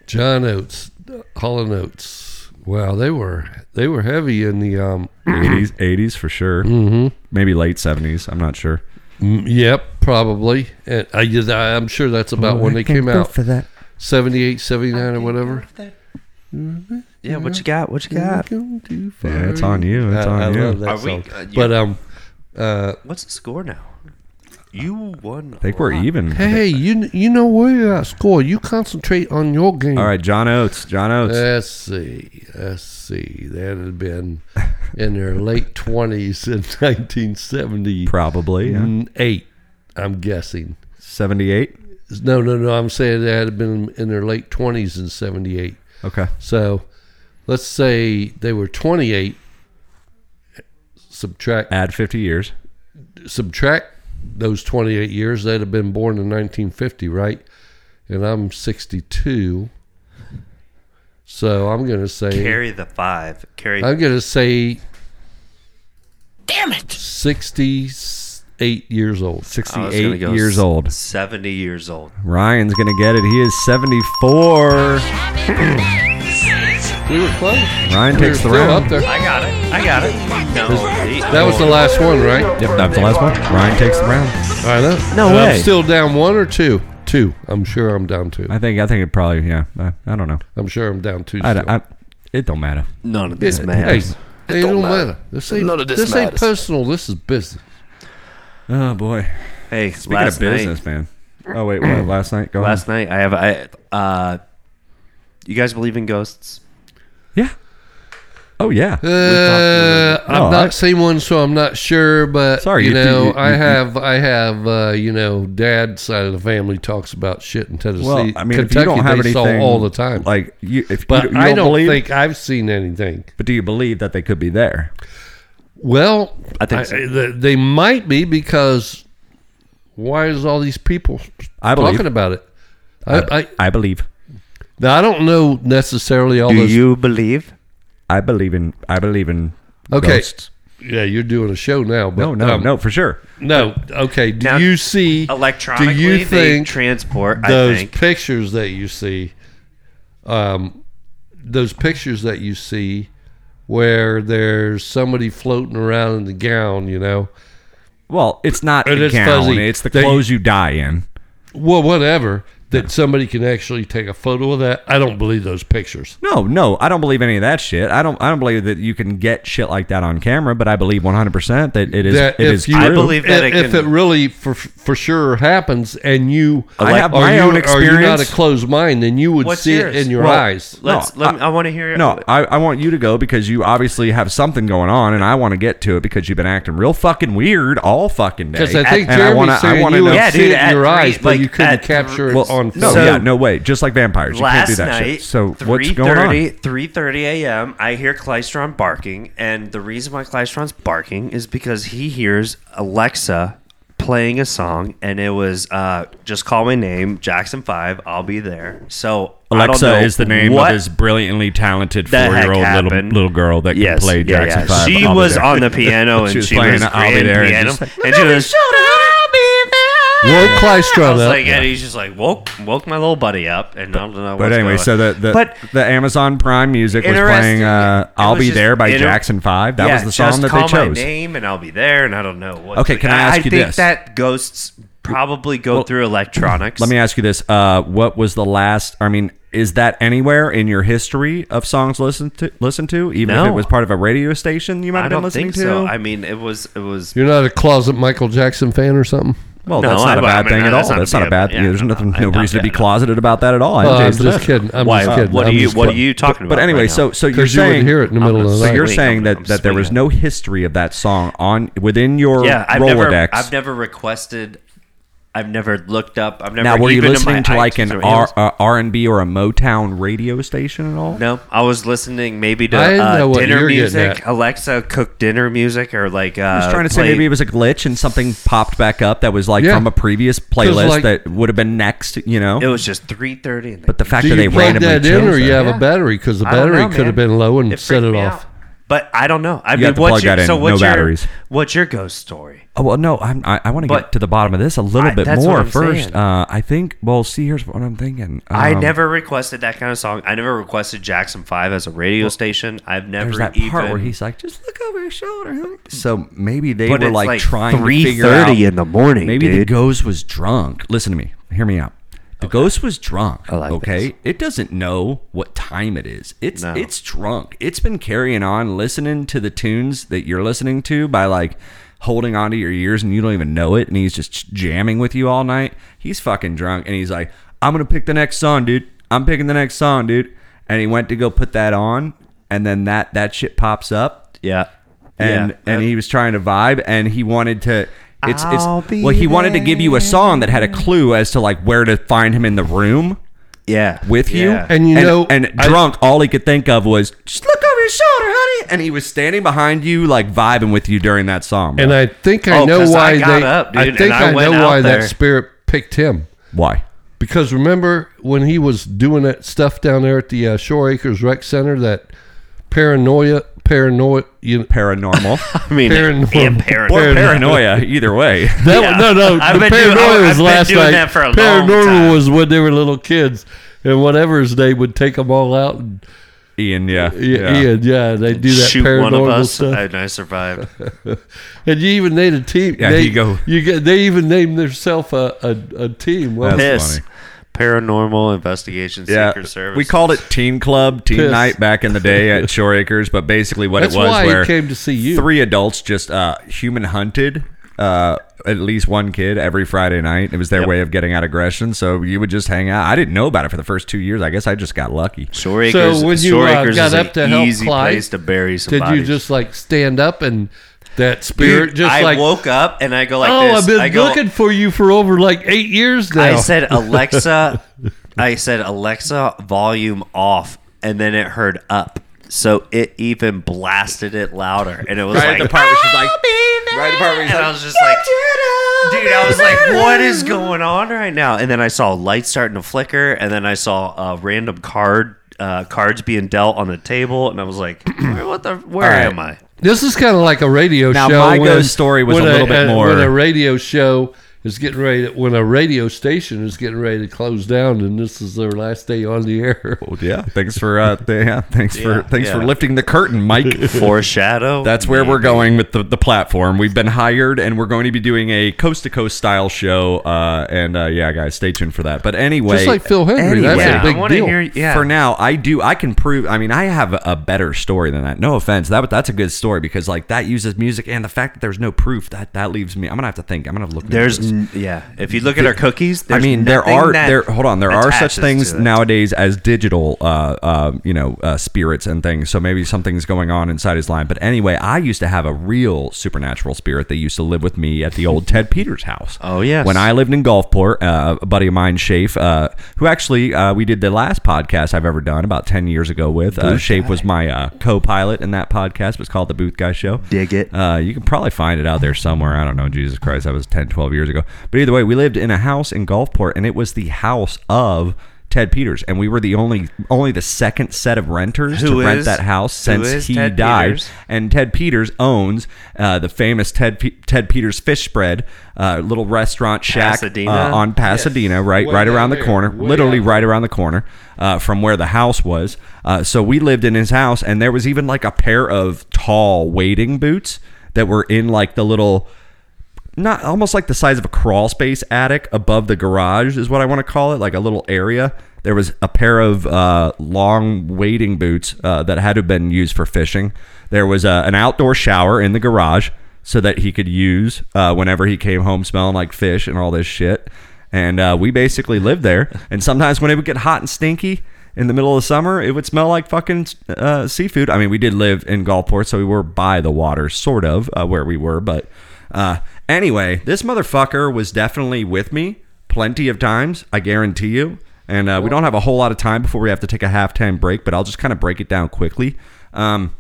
John Oates, Hall and Oates. Wow, they were they were heavy in the um. 80s, 80s for sure. Mm-hmm. Maybe late 70s. I'm not sure. Yep, probably. And I, just- I- I'm sure that's about when they came out. for that. 78, 79 or whatever. Yeah, what you got? What you got? Yeah, it's on you. It's I, on I you. love that Are we- song. uh, you- but um, What's the score now? You won. I think we're even. hey, you you know where you at score. You concentrate on your game. All right, John Oates. John Oates. Let's see. Let's see. That had been in their late twenties in 1978. probably. Mm. yeah. I'm guessing. 78. No, no, no. I'm saying they had been in their late twenties in '78. Okay. So, let's say they were 28. Subtract Add 50 years. subtract those 28 years. They'd have been born in 1950, right? And I'm 62. So I'm gonna say Carry the five. Carry. I'm gonna say. Damn it! Sixty-eight years old. I was gonna 68 go years s- old. Seventy years old. Ryan's going to get it. He is 74. We were close. Ryan We were takes the still up round. there. I got it. I got it. No, he- That was the last one, right? Yep, that's the last one. Ryan takes the round. I know. No And way. I'm still down one or two. Two. I'm sure I'm down two. I think I think it probably, yeah. I, I don't know. I'm sure I'm down two. I, still. don't- I, it don't matter. none of this It- matters. Hey, it don't matter. This ain't, None of this this ain't matters. personal. This is business. Oh, boy. Hey, Speaking last of business, man. Oh, wait, what? Last night? Go night, last on. night I have I. Uh, you guys believe in ghosts? Yeah. Oh, yeah. Uh, No, I've I- not seen one, so I'm not sure. But Sorry, you, you- know, you- you- I you- have, I have, uh, you know, dad's side of the family talks about shit in Tennessee. Well, I mean, if Kentucky, you don't have they saw anything all the time. like you, if but you, you I don't believe, think I've seen anything. but do you believe that they could be there? Well, I think so. th- they might be because why is all these people I believe. talking about it? I, I, I believe. now, I don't know necessarily all Do those. you believe? I believe in. I believe in. Okay. Ghosts. yeah, you're doing a show now, but No, no, um, no, for sure. no. Okay, do Now, you see Electronically, Do you they think transport. I those think. pictures that you see, um, those pictures that you see where there's somebody floating around in the gown, you know, Well, it's not It the is gown. fuzzy. It's the They- clothes you die in. well, whatever, that somebody can actually take a photo of that. I don't believe those pictures. No, no, I don't believe any of that shit. I don't. I don't believe that you can get shit like that on camera. But I believe 100 percent that it is. That it if is you- true. I believe that if, it if can- it really for for sure happens, and you, I have are my you, own Are you not a experience. closed mind? Then you would What's see yours? it in your Well, eyes. Let's. No, let me, I want to hear. No, I, I want you to go because you obviously have something going on, and I want to get to it because you've been acting real fucking weird all fucking day. Because I think and I Jeremy's wanna- I saying wanna you know- would Yeah, see dude, it in at your eyes, three- but like, you couldn't at capture three- it on No, film. So- yeah, no way. Just like vampires, you can't last do that night, shit. So what's 3:30 going on? 3.30 a.m., I hear Klystron barking, and the reason why Klystron's barking is because he hears Alexa playing a song, and it was uh, Just Call My Name, Jackson 5, I'll Be There. So I don't Alexa know is the name what of his brilliantly talented the heck four-year-old little happened. little girl that Yes, can play yeah, Jackson yeah. Five. She I'll be was there. on the piano, and She she was was, playing I'll Be grand There and piano, just like, and she was. Woke Klystron I was up. like, and he's just like woke woke my little buddy up, and I don't know. But what's anyway, going so on. the the, but the Amazon Prime music was playing Interesting. uh, It "I'll was Be just There" by inter- Jackson Five. That was the just song that call they chose. My name and I'll be there, and I don't know what. Okay, can I ask you think this? that ghosts probably go through electronics. Let me ask you this: uh, What was the last? I mean, is that anywhere in your history of songs listened to? Listened to, even if No. it was part of a radio station you might I have been don't listening think to. so. I mean, it was it was. You're not a closet Michael Jackson fan or something? well, No, that's not I- a I bad mean, thing at that's all. not a That's not a bad- bad. yeah, yeah, there's no, nothing, I- no no, reason to be yeah, no. closeted about that at all. Oh, I'm MJ's the just best. kidding. I'm Why? just kidding. What I'm are you just What are kidding. you talking about? But anyway, right so now? so you're Because you would saying hear it in the middle of the so night. you're Wait, saying I'm- that, I'm that there was swinging. no history of that song on within your yeah, I've Rolodex. never I've never requested. I've never looked up. I've never Now, were you even in my listening to like an iTunes or R anything else. and B or a Motown radio station at all? No, I was listening maybe to I didn't know uh, what dinner you're getting music. at. Alexa, cook dinner music, or like uh, I was trying to say play- maybe it was a glitch and something popped back up that was like Yeah. from a previous playlist like- that would have been next, you know. It was just three thirty. but the fact Do that they you plug randomly that in, chose or you that- have Yeah. a battery? Because the I don't battery know, could have man. been low and set freaked it me off. out. But I don't know. I You mean, have to what's plug your, that in, so what's no your, batteries. What's your ghost story? Oh well, no, I'm, I I want to get But- to the bottom of this a little I- bit that's what more I'm first. saying. Uh, I think. Well, see, here's what I'm thinking. I Um, never requested that kind of song. I never requested Jackson Five as a radio station. I've never There's that even. part where he's like, just look over his shoulder. huh?" So maybe they But were it's like, like trying to figure 3:30 out- in the morning, Maybe the dude. ghost was drunk. Listen to me. Hear me out. The ghost was drunk. like okay, this. it doesn't know what time it is. It's No. it's drunk. It's been carrying on listening to the tunes that you're listening to by like holding onto your ears and you don't even know it. And he's just jamming with you all night. He's fucking drunk and he's like, I'm gonna pick the next song, dude. I'm picking the next song, dude. And he went to go put that on, and then that that shit pops up yeah, and yeah. and he was trying to vibe and he wanted to it's it's I'll be well he wanted to give you a song that had a clue as to like where to find him in the room yeah with you Yeah. And you know, and I- drunk all he could think of was just look over your shoulder honey and he was standing behind you like vibing with you during that song bro. And I think I Oh, know 'cause I why got they. up, dude, I and think I I, know went out why there. that spirit picked him. why Because remember when he was doing that stuff down there at the uh, Shore Acres Rec Center, that paranoia, paranoia, you know, paranormal I mean, Paranormal. and or paranormal. paranoia either way That Yeah. one, no, no. I've the been doing- paranoia I've was been last doing night. that for a long paranoia time. was when they were little kids, and whatever his name would take them all out. And, ian yeah yeah, Ian, yeah, they do that Shoot paranormal one of us, stuff. and I survived. and you even named a team. Yeah, they, you go- You get. They even named themselves a, a a team. Well, That's Piss. funny. Paranormal investigation Yeah, secret service. we called it Teen Club, Teen Piss. Night back in the day at Shore Acres. But basically, what that's it was why where he came to see you. three adults just uh, human hunted uh, at least one kid every Friday night. It was their way of getting out aggression. So you would just hang out. I didn't know about it for the first two years. I guess I just got lucky. Shore So Acres. when you, Shore uh, Acres got is up to an help easy Clyde, place to bury some Did you bodies. just like stand up and that Dude, spirit just I like? woke up and I go like oh, this. I've been I go, looking for you for over like eight years now. I said Alexa. I said Alexa, volume off, and then it heard up. So it even blasted it louder, and it was like where she's like, right at the part where And I was just like, dude, I was like, what is going on right now? And then I saw lights starting to flicker, and then I saw a random card. Uh, cards being dealt on the table, and I was like, "Where- "What the? Where right. am I?" This is kind of like a radio Now, show. my ghost story was a little bit more- When a radio show is getting ready, to, when a radio station is getting ready to close down, and this is their last day on the air. yeah, thanks for uh, th- yeah, thanks Yeah, for thanks for yeah. lifting the curtain, Mike. Foreshadow. That's where we're going with the, the platform. We've been hired, and we're going to be doing a coast to coast style show. Uh, and uh, yeah, guys, stay tuned for that. But anyway, Just like Phil Henry, that's Yeah, a big I want to deal. hear. Yeah, for now i do i can prove i mean i have a better story than that no offense that that's a good story because like that uses music and the fact that there's no proof that that leaves me i'm gonna have to think i'm gonna have to look into There's this. n- yeah. If you look at our cookies, I there's mean, there nothing are that there. Hold on, there are such attaches things to it. nowadays as digital, uh, uh, you know, uh, spirits and things. So maybe something's going on inside his line. But anyway, I used to have a real supernatural spirit that used to live with me at the old Ted Peters house. Oh, yes. when I lived in Gulfport, uh, a buddy of mine, Shafe, uh, who actually uh, we did the last podcast I've ever done about ten years ago with. Uh, Shafe was my uh, co-pilot in that podcast. It was called the Booth Guy Show. Dig it. Uh, you can probably find it out there somewhere. I don't know. Jesus Christ, that was 10, 12 years ago. But either way, we lived in a house in Gulfport, and it was the house of Ted Peters, and we were the only only the second set of renters to Who rent is- that house who since is he Ted died. Peters? And Ted Peters owns uh, the famous Ted Pe- Ted Peters Fish Spread, uh, little restaurant shack Pasadena? uh, on Pasadena, right Way right down around the there. corner, Way literally out. right around the corner uh, from where the house was. Uh, so we lived in his house, and there was even like a pair of tall wading boots that were in like the little not almost like the size of a crawl space attic above the garage is what I want to call it, like a little area. There was a pair of uh, long wading boots uh, that had to have been used for fishing. There was uh, an outdoor shower in the garage so that he could use uh, whenever he came home smelling like fish and all this shit. And uh, we basically lived there. And sometimes when it would get hot and stinky, in the middle of the summer, it would smell like fucking uh, seafood. I mean, we did live in Gulfport, so we were by the water, sort of, uh, where we were. But uh, Anyway, this motherfucker was definitely with me plenty of times, I guarantee you. And uh, we don't have a whole lot of time before we have to take a halftime break, but I'll just kind of break it down quickly. Um,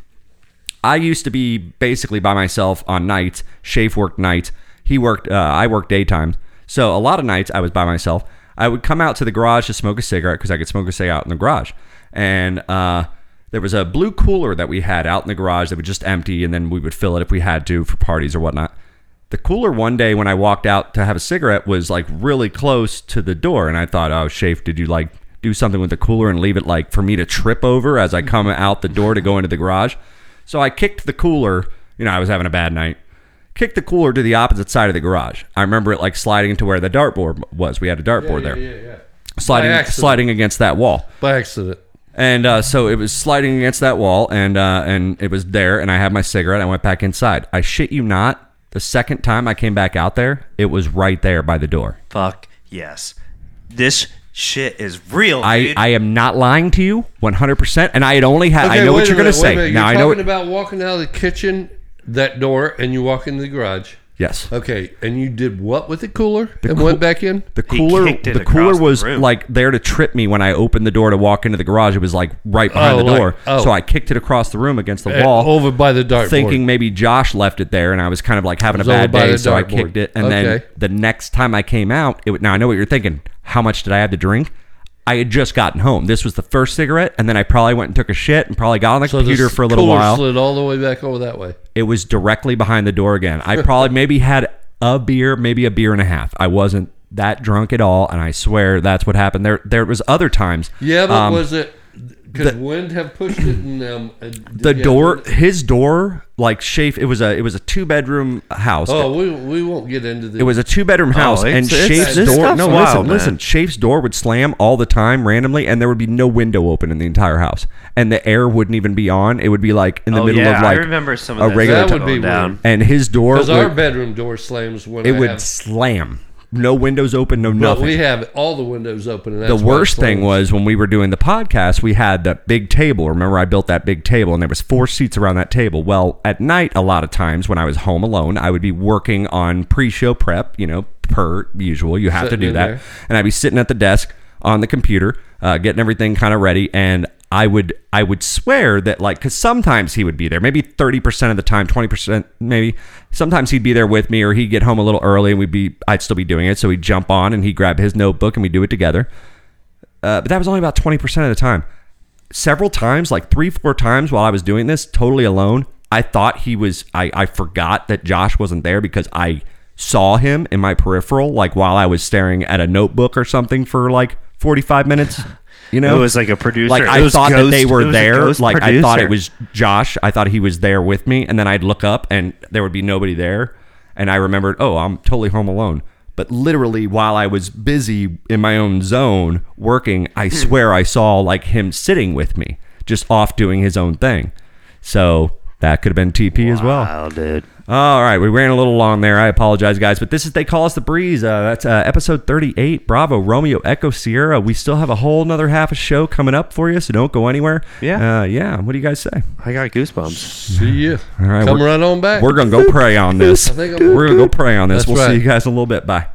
I used to be basically by myself on nights. Shafe worked nights. He worked. Uh, I worked daytimes. So a lot of nights I was by myself. I would come out to the garage to smoke a cigarette because I could smoke a cigarette out in the garage. And uh, there was a blue cooler that we had out in the garage that would just empty, and then we would fill it if we had to for parties or whatnot. The cooler one day when I walked out to have a cigarette was like really close to the door, and I thought, "Oh, Shafe, did you like do something with the cooler and leave it like for me to trip over as I come out the door to go into the garage?" So I kicked the cooler. You know, I was having a bad night. Kicked the cooler to the opposite side of the garage. I remember it like sliding to where the dartboard was. We had a dartboard there, Yeah, yeah. By sliding accident. sliding against that wall. By accident. And uh, so it was sliding against that wall, and uh, and it was there. And I had my cigarette. I went back inside. I shit you not. The second time I came back out there, it was right there by the door. Fuck yes. This shit is real, I, dude. I am not lying to you, one hundred percent. And I had only had. I know what wait a you're gonna minute, wait a say. minute. Now you're I know. talking It, about walking out of the kitchen, that door, and you walk into the garage. yes. Okay, and you did what with the cooler and went back in? The He cooler, kicked it the across cooler the was room. like there to trip me when I opened the door to walk into the garage. It was like right behind Oh, the like- door, oh. so I kicked it across the room against the Uh, wall, over by the dartboard. thinking maybe Josh left it there, and I was kind of like having a was over bad by day, the so I dartboard. kicked it. And then Okay. the next time I came out, it, wa- now I know what you're thinking. How much did I have to drink? I had just gotten home. This was the first cigarette, and then I probably went and took a shit and probably got on the So this computer for a little cooler while. slid all the way back over that way. It was directly behind the door again. I probably maybe had a beer, maybe a beer and a half. I wasn't that drunk at all, and I swear that's what happened. There, there was other times. Yeah, but Um, was it? Could wind have pushed it? And um, uh, the yeah, door, his door, like Shafe. It was a, it was a two bedroom house. Oh, we, we won't get into this. It was a two bedroom house, Oh, and it's- it's- Shafe's this door. stuff's No, wild, listen, man. listen. Shafe's door would slam all the time randomly, and there would be no window open in the entire house, and the air wouldn't even be on. It would be like in the Oh, middle yeah, of like I remember some of a this. regular. That would be Going down. and his door because would, our bedroom door slams when it I would have- slam. No windows open, no but nothing. we have all the windows open. And the that's why it worst thing slams. was when we were doing the podcast, we had that big table. Remember, I built that big table, and there was four seats around that table. Well, at night, a lot of times when I was home alone, I would be working on pre-show prep. You know, per usual, you have Sitting to do in that, there. and I'd be sitting at the desk on the computer, uh, getting everything kind of ready, and. I would I would swear that like because sometimes he would be there maybe thirty percent of the time twenty percent maybe sometimes he'd be there with me or he'd get home a little early and we'd be I'd still be doing it so he'd jump on and he'd grab his notebook and we would do it together uh, but that was only about 20% of the time. Several times, like three, four times while I was doing this, totally alone, I thought he was, I, I forgot that Josh wasn't there because I saw him in my peripheral, like while I was staring at a notebook or something for like 45 minutes. You know, It was like a producer. Like It I was thought that they ghost- it were was a there. ghost Like I thought it producer. was Josh. I thought he was there with me, and then I'd look up and there would be nobody there. And I remembered, oh, I'm totally home alone. But literally, while I was busy in my own zone working, I swear I saw like him sitting with me, just off doing his own thing. So that could have been TP as well. Wow, dude. All right, we ran a little long there. I apologize, guys, but this is they call us the breeze. Uh, that's uh, episode thirty-eight. Bravo, Romeo, Echo, Sierra. We still have a whole another half a show coming up for you, so don't go anywhere. Yeah. uh, yeah. What do you guys say? I got goosebumps. See you. right, Come we're- right on back. We're gonna go pray on this. I think I'm- We're gonna go pray on this. That's we'll right. see you guys in a little bit. Bye.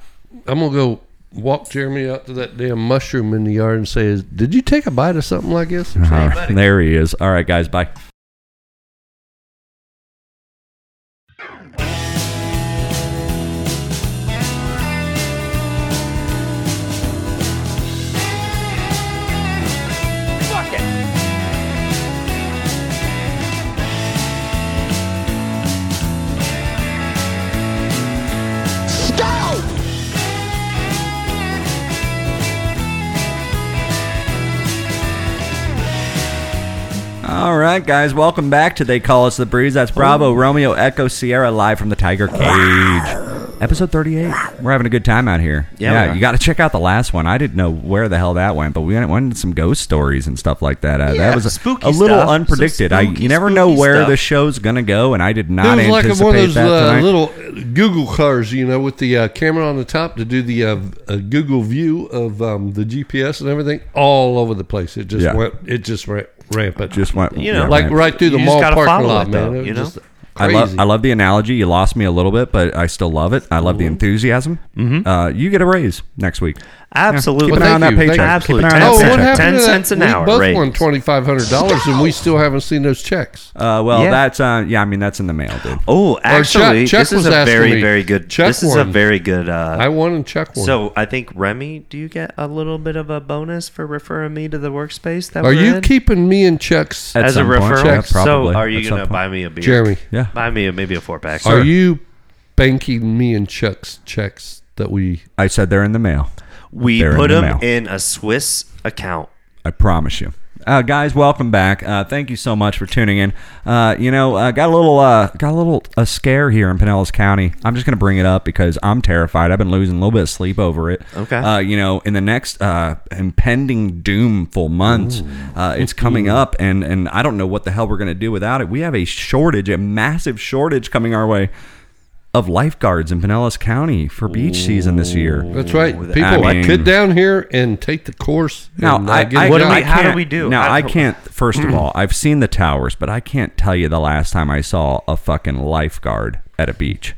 I'm gonna go walk Jeremy out to that damn mushroom in the yard and say, "Did you take a bite of something like this?" All right, there he is. All right, guys. Bye. Fuck it. All right, guys. Welcome back to They Call Us the Breeze. That's Bravo, Romeo, Echo, Sierra, live from the Tiger Cage. Episode 38. We're having a good time out here. Yeah, we are. you got to check out the last one. I didn't know where the hell that went, but we went went into some ghost stories and stuff like that. Uh, that Yeah, was a, spooky a little stuff. Some unpredicted. I, spooky, you never know spooky where stuff. the show's going to go, and I did not It was like anticipate one of those that uh, tonight. little Google cars, you know, with the uh, camera on the top to do the uh, uh, Google view of um, the GPS and everything, all over the place. It just Yeah. went, it just ra- rampant, just went You know, yeah, like right. right through the You just mall gotta parking follow lot, it, man. though, It you was know? just- I love Crazy. I love the analogy. You lost me a little bit, but I still love it. I love the enthusiasm. Mm-hmm. Uh, you get a raise next week. Absolutely. Keep an Well, eye on that thank you. paycheck. Thank you. Keep an eye on that paycheck. Absolutely. Ten Oh, what happened Ten to that? cents an we hour both raise. won twenty five hundred dollars, and we still haven't seen those checks. Uh, well, Yeah. that's uh, yeah. I mean, that's in the mail, dude. Oh, actually, Chuck this is was a asking very, me. very good. Chuck this is a won. very good. Uh, I won and Chuck won. So I think Remy, do you get a little bit of a bonus for referring me to the workspace? That are we're you in? keeping me in checks, At as a some point, referral? yeah, probably. so are you At some gonna point. buy me a beer, Jeremy? Yeah. Buy me a, maybe a four pack. Are you banking me and Chuck's checks that we? I said they're in the mail. we They're in put the mail. them in a Swiss account. I promise you. Uh, guys, welcome back. Uh, thank you so much for tuning in. Uh, you know, uh, got a little uh, got a little a scare here in Pinellas County. I'm just going to bring it up because I'm terrified. I've been losing a little bit of sleep over it. Okay. Uh, you know, in the next uh, impending doomful months, uh, it's coming up, and and I don't know what the hell we're going to do without it. We have a shortage, a massive shortage coming our way of lifeguards in Pinellas County for beach season this year. That's right, I people. I, mean- could down here and take the course. Now, and, uh, I, get I, a what do job. we- how do can't- we do? Now, I Mm. I don't- can't. First of all, I've seen the towers, but I can't tell you the last time I saw a fucking lifeguard at a beach,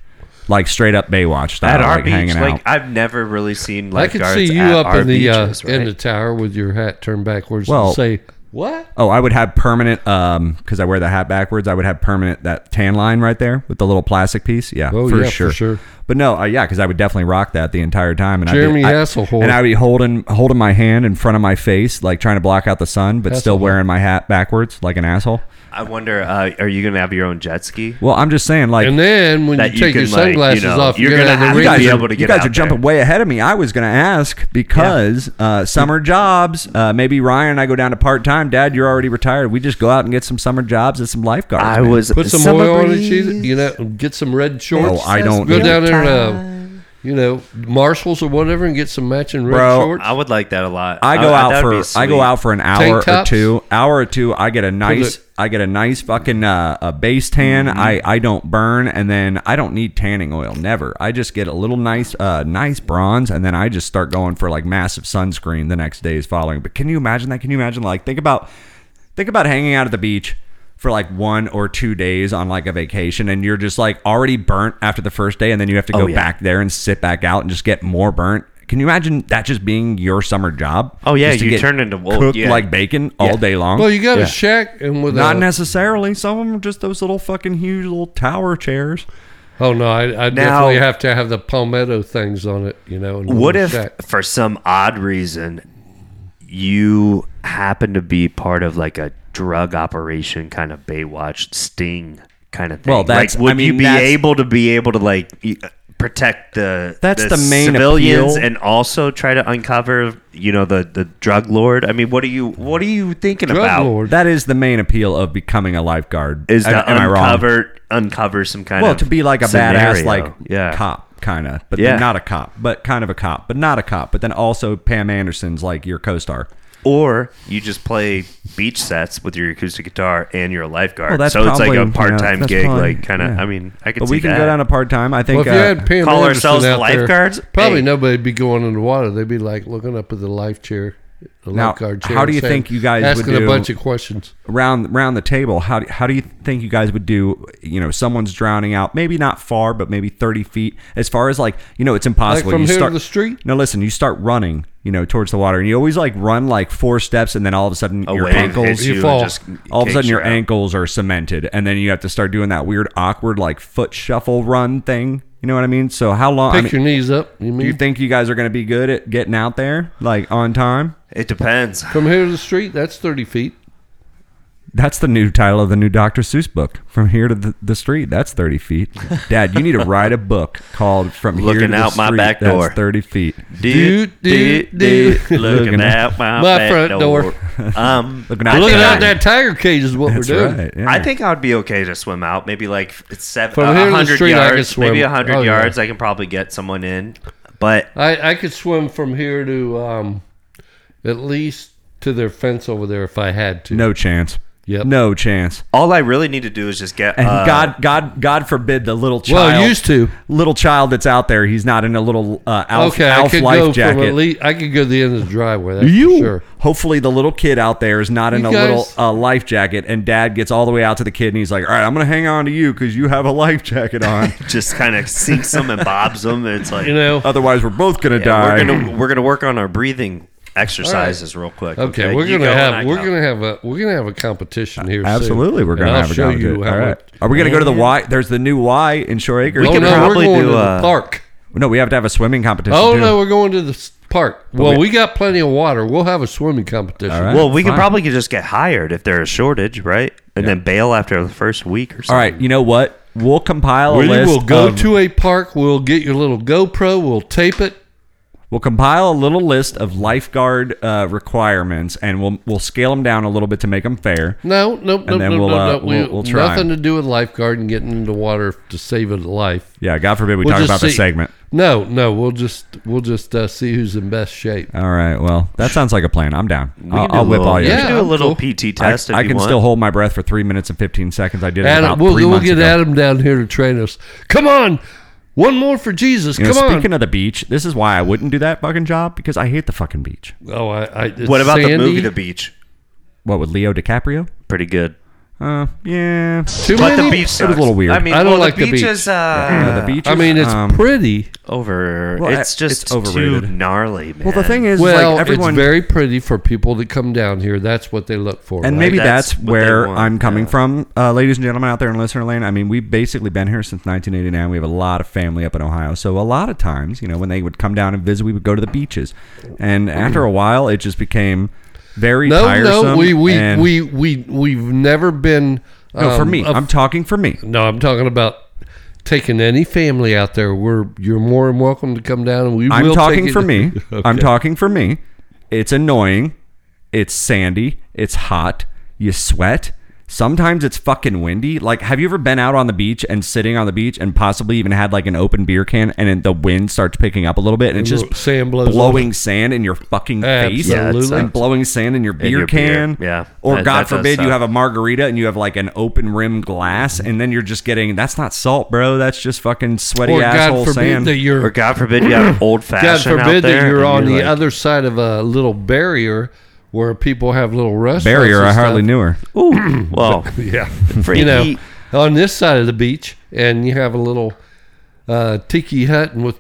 like straight up Baywatch style, At our like beach, hanging Uh, like out. I've never really seen I lifeguards could see you at up our in the uh, beaches, right? in the tower with your hat turned backwards Well- and say, "What?" Oh, I would have permanent, um, because I wear the hat backwards. I would have permanent that tan line right there with the little plastic piece. Yeah, Oh, for yeah, for sure. sure. But no, uh, yeah, because I would definitely rock that the entire time. And Jeremy I'd be, I- Hasselhoff. and I'd be holding holding my hand in front of my face, like trying to block out the sun, but still Hasselhoff. wearing my hat backwards, like an asshole. I wonder, uh, are you gonna have your own jet ski? Well, I'm just saying, like And then when That you you take your can, like, you sunglasses know, off, you're gonna have the to you be guys, reason. are, able to you get guys out are jumping way ahead of me. I was going to ask because uh, summer jobs. Uh, maybe Ryan and I go down to part time. Dad, you're already retired. We just go out and get some summer jobs at some lifeguards. man. put some oil on it, cheese, you know, get some red shorts. Oh, I don't go get down there, to, you know, Marshalls or whatever, and get some matching red Bro, shorts. I would like that a lot. I go I- out that'd be for I sweet. go out for an hour or tops? two, hour or two. I get a nice it- I get a nice fucking uh, a base tan. Mm-hmm. I I don't burn, and then I don't need tanning oil. Never. I just get a little nice uh nice bronze, and then I just start going for like massive sunscreen the next days following. But can you imagine that? Can you imagine like think about think about hanging out at the beach for like one or two days on like a vacation and you're just like already burnt after the first day and then you have to go Oh, yeah. back there and sit back out and just get more burnt can you imagine that just being your summer job Oh, yeah, Just to you get turn into wolf, cooked yeah. like bacon all day long well, you got Yeah. a shack and with not a, necessarily some of them are just those little fucking huge little tower chairs Oh no, I, I definitely have to have the palmetto things on it. You know, and What a if, shack. for some odd reason, you happen to be part of like a drug operation kind of Baywatch sting kind of thing? Well, that's- like, would I mean, you be that's- able to be able to like y- uh, protect the That's the main civilians appeal. and also try to uncover you know the the drug lord? I mean, what are you what are you thinking drug about? lord? that is the main appeal of becoming a lifeguard Is Am- to am I wrong? uncover uncover some kind well of to be like a badass scenario. like yeah. cop kind of but Yeah. then not a cop but kind of a cop but not a cop but then also pam anderson's like your co-star Or you just play beach sets with your acoustic guitar and you're a lifeguard. Well, that's so it's probably, like yeah, a part time that's gig, probably- like kind of. yeah. I mean, I could but see we can that. go down to part-time i think Well, if you uh, had Pam call Anderson ourselves the out there, lifeguards? probably Hey. nobody'd be going in the water. They'd be like looking up at the life chair, the Now, lifeguard chair. how do and you saying- think you guys would asking do- a bunch of questions? round round the table how do, how do you think you guys would do you know someone's drowning out maybe not far but maybe 30 feet as far as like you know it's impossible from you here to start the street? no listen you start running you know towards the water and you always like run like four steps and then all of a sudden A your wave ankles hits you you fall. and just all of a kicks sudden you your out. ankles are cemented and then you have to start doing that weird awkward like foot shuffle run thing you know what i mean so how long I Pick mean, your knees up. You do mean you think you guys are going to be good at getting out there like on time It depends. from here to the street? That's thirty feet. That's the new title of the new Dr. Seuss book. From here to the, the street, that's thirty feet. Dad, you need to write a book called "From Here to Looking the out my Street, back that's door. thirty feet. Do, do, do, looking out my, My back front door. Um, Looking I out Looking think out I- that tiger cage is what That's we're doing. right. yeah. I think I would be okay to swim out. Maybe like it's seven, From uh, here to the 100 street, I could yards. swim. Maybe 100 Oh, yeah. yards. I can probably get someone in. But I, I could swim from here to um, at least to their fence over there if I had to. no chance. Yep. No chance. All I really need to do is just get. And uh, God, God, God forbid the little Well, child. used to. little child that's out there. He's not in a little uh, Alf, Okay, I Alf could life go jacket. from at least I could go to the end of the driveway. That's you for sure. hopefully the little kid out there is not in a You little guys- uh, life jacket and dad gets all the way out to the kid and he's like all right i'm gonna hang on to you because you have a life jacket on just kind of sinks them and bobs them. And it's like You know. otherwise we're both gonna die we're gonna we're gonna work on our breathing exercises real quick. Okay, we're You gonna go have and I we're go. gonna have a we're gonna have a competition here. soon. absolutely we're And gonna I'll have a show you conversation. how all right Oh, much- are we gonna go to the y there's the new y in shore acres Oh, can no, probably we're going do, to the uh, park. no we have to have a swimming competition Oh too. no, we're going to the s- park. Well, we- we, got plenty of water. We'll have a swimming competition. All right. Well, we Fine. can probably could just get hired if there's a shortage, right? And then bail after the first week or something. all right you know what we'll compile We a list will go of- to a park. We'll get your little GoPro. We'll tape it. We'll compile a little list of lifeguard uh, requirements, and we'll we'll scale them down a little bit to make them fair. No, no, no, then no, we'll, no, uh, no. We- we'll- we'll try. Nothing to do with lifeguard and getting into water to save a life. Yeah, God forbid we We'll talk just about this see- segment. No, no. We'll just we'll just uh, see who's in best shape. All right, well, that sounds like a plan. I'm down. We I'll, can do I'll a whip little- all you. we Yeah, can do a I'm little cool. PT I, test. if I you can want. still hold my breath for three minutes and fifteen seconds. I did it Adam, about we'll, 3 we'll months get ago. Adam down here to train us. Come on, one more for Jesus. You know, Come on. speaking of the beach, this is why I wouldn't do that fucking job because I hate the fucking beach. oh, I, I, it's What about the sandy. movie The Beach? What with Leo DiCaprio? Pretty good. Uh, yeah, Too But the many- beach It was a little sucks. weird. I mean, I don't well, like the the beach. beach. Is uh, Yeah, the beach. I mean, it's um, pretty. over. Well, it's it's just overrated. too gnarly, man. Well, the thing is, Well, like everyone, it's very pretty for people to come down here. That's what they look for. And right? maybe That's that's, what they where want, I'm coming yeah. from, uh, ladies and gentlemen out there in listener lane. I mean, we've basically been here since 1989. We have a lot of family up in Ohio, so a lot of times, you know, when they would come down and visit, we would go to the beaches, and after a while, it just became very no, tiresome. no, we we, and- we we we've never been. no, for um, me, a- I'm talking for me. no, I'm talking about taking any family out there. We're you're more than welcome to come down, and we I'm will. take talking it- for me. I'm Okay. talking for me. It's annoying. It's sandy. It's hot. You sweat. Sometimes it's fucking windy. Like, have you ever been out on the beach and sitting on the beach and possibly even had like an open beer can and then the wind starts picking up a little bit and it's just Sand blows blowing sand in your fucking face Yeah, it and sucks. blowing sand in your beer your beer. can. Yeah. Or That- that God does forbid you suck. have a margarita and you have like an open rim glass and then you're just getting that's not salt, bro. That's just fucking sweaty Or asshole God forbid sand. that you're or God forbid you have old God fashioned. forbid out there that you're and on the like- other side of a little barrier where people have little restaurants. Barrier, and I hardly stuff. knew her. Well, Yeah, Freaky. you know, on this side of the beach, and you have a little uh, tiki hut and with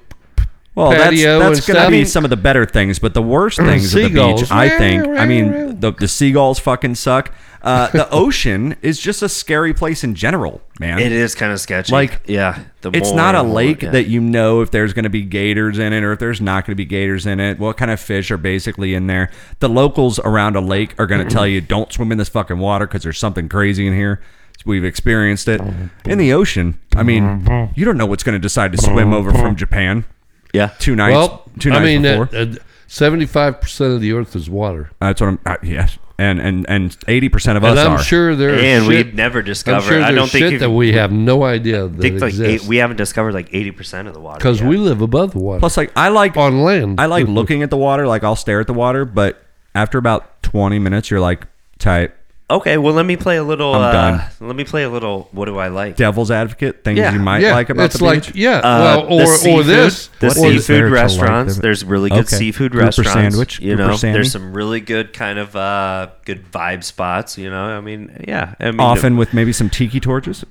Well, patio that's, that's and going to stuff. be some of the better things, but the worst things at the beach, Seagulls. I think. I mean, the, the seagulls fucking suck. Uh, the ocean is just a scary place in general, man. it is kind of sketchy. Like, yeah, the It's more not a and more, lake yeah. that you know if there's going to be gators in it or if there's not going to be gators in it. What kind of fish are basically in there? The locals around a lake are going to tell you don't swim in this fucking water because there's something crazy in here. We've experienced it in the ocean. I mean, you don't know what's going to decide to swim over from Japan yeah. two nights. well, two nights I mean, uh, before. seventy-five percent of the Earth is water, That's what I'm. Uh, yes, and and and eighty percent of us and I'm are. sure there. And are we shit, never I'm discovered. sure I there's don't think shit you've- that we have no idea that think like eight, exists we haven't discovered like eighty percent of the water because yet. we live above the water. Plus, like I like on land, Mm-hmm. I like looking at the water. Like I'll stare at the water, but after about twenty minutes, you're like tight. Okay, well let me play a little. I'm uh, done. Let me play a little. What do I like? Devil's advocate things Yeah. you might yeah, like about it's the like beach. yeah, Uh, well, or the or this, seafood- the seafood or There's seafood a lot restaurants. different- There's really good Okay. seafood Grouper restaurants. sandwich, you grouper know, sandwich. there's some really good kind of uh, good vibe spots. You know, I mean, yeah, I mean, Often with maybe some tiki torches.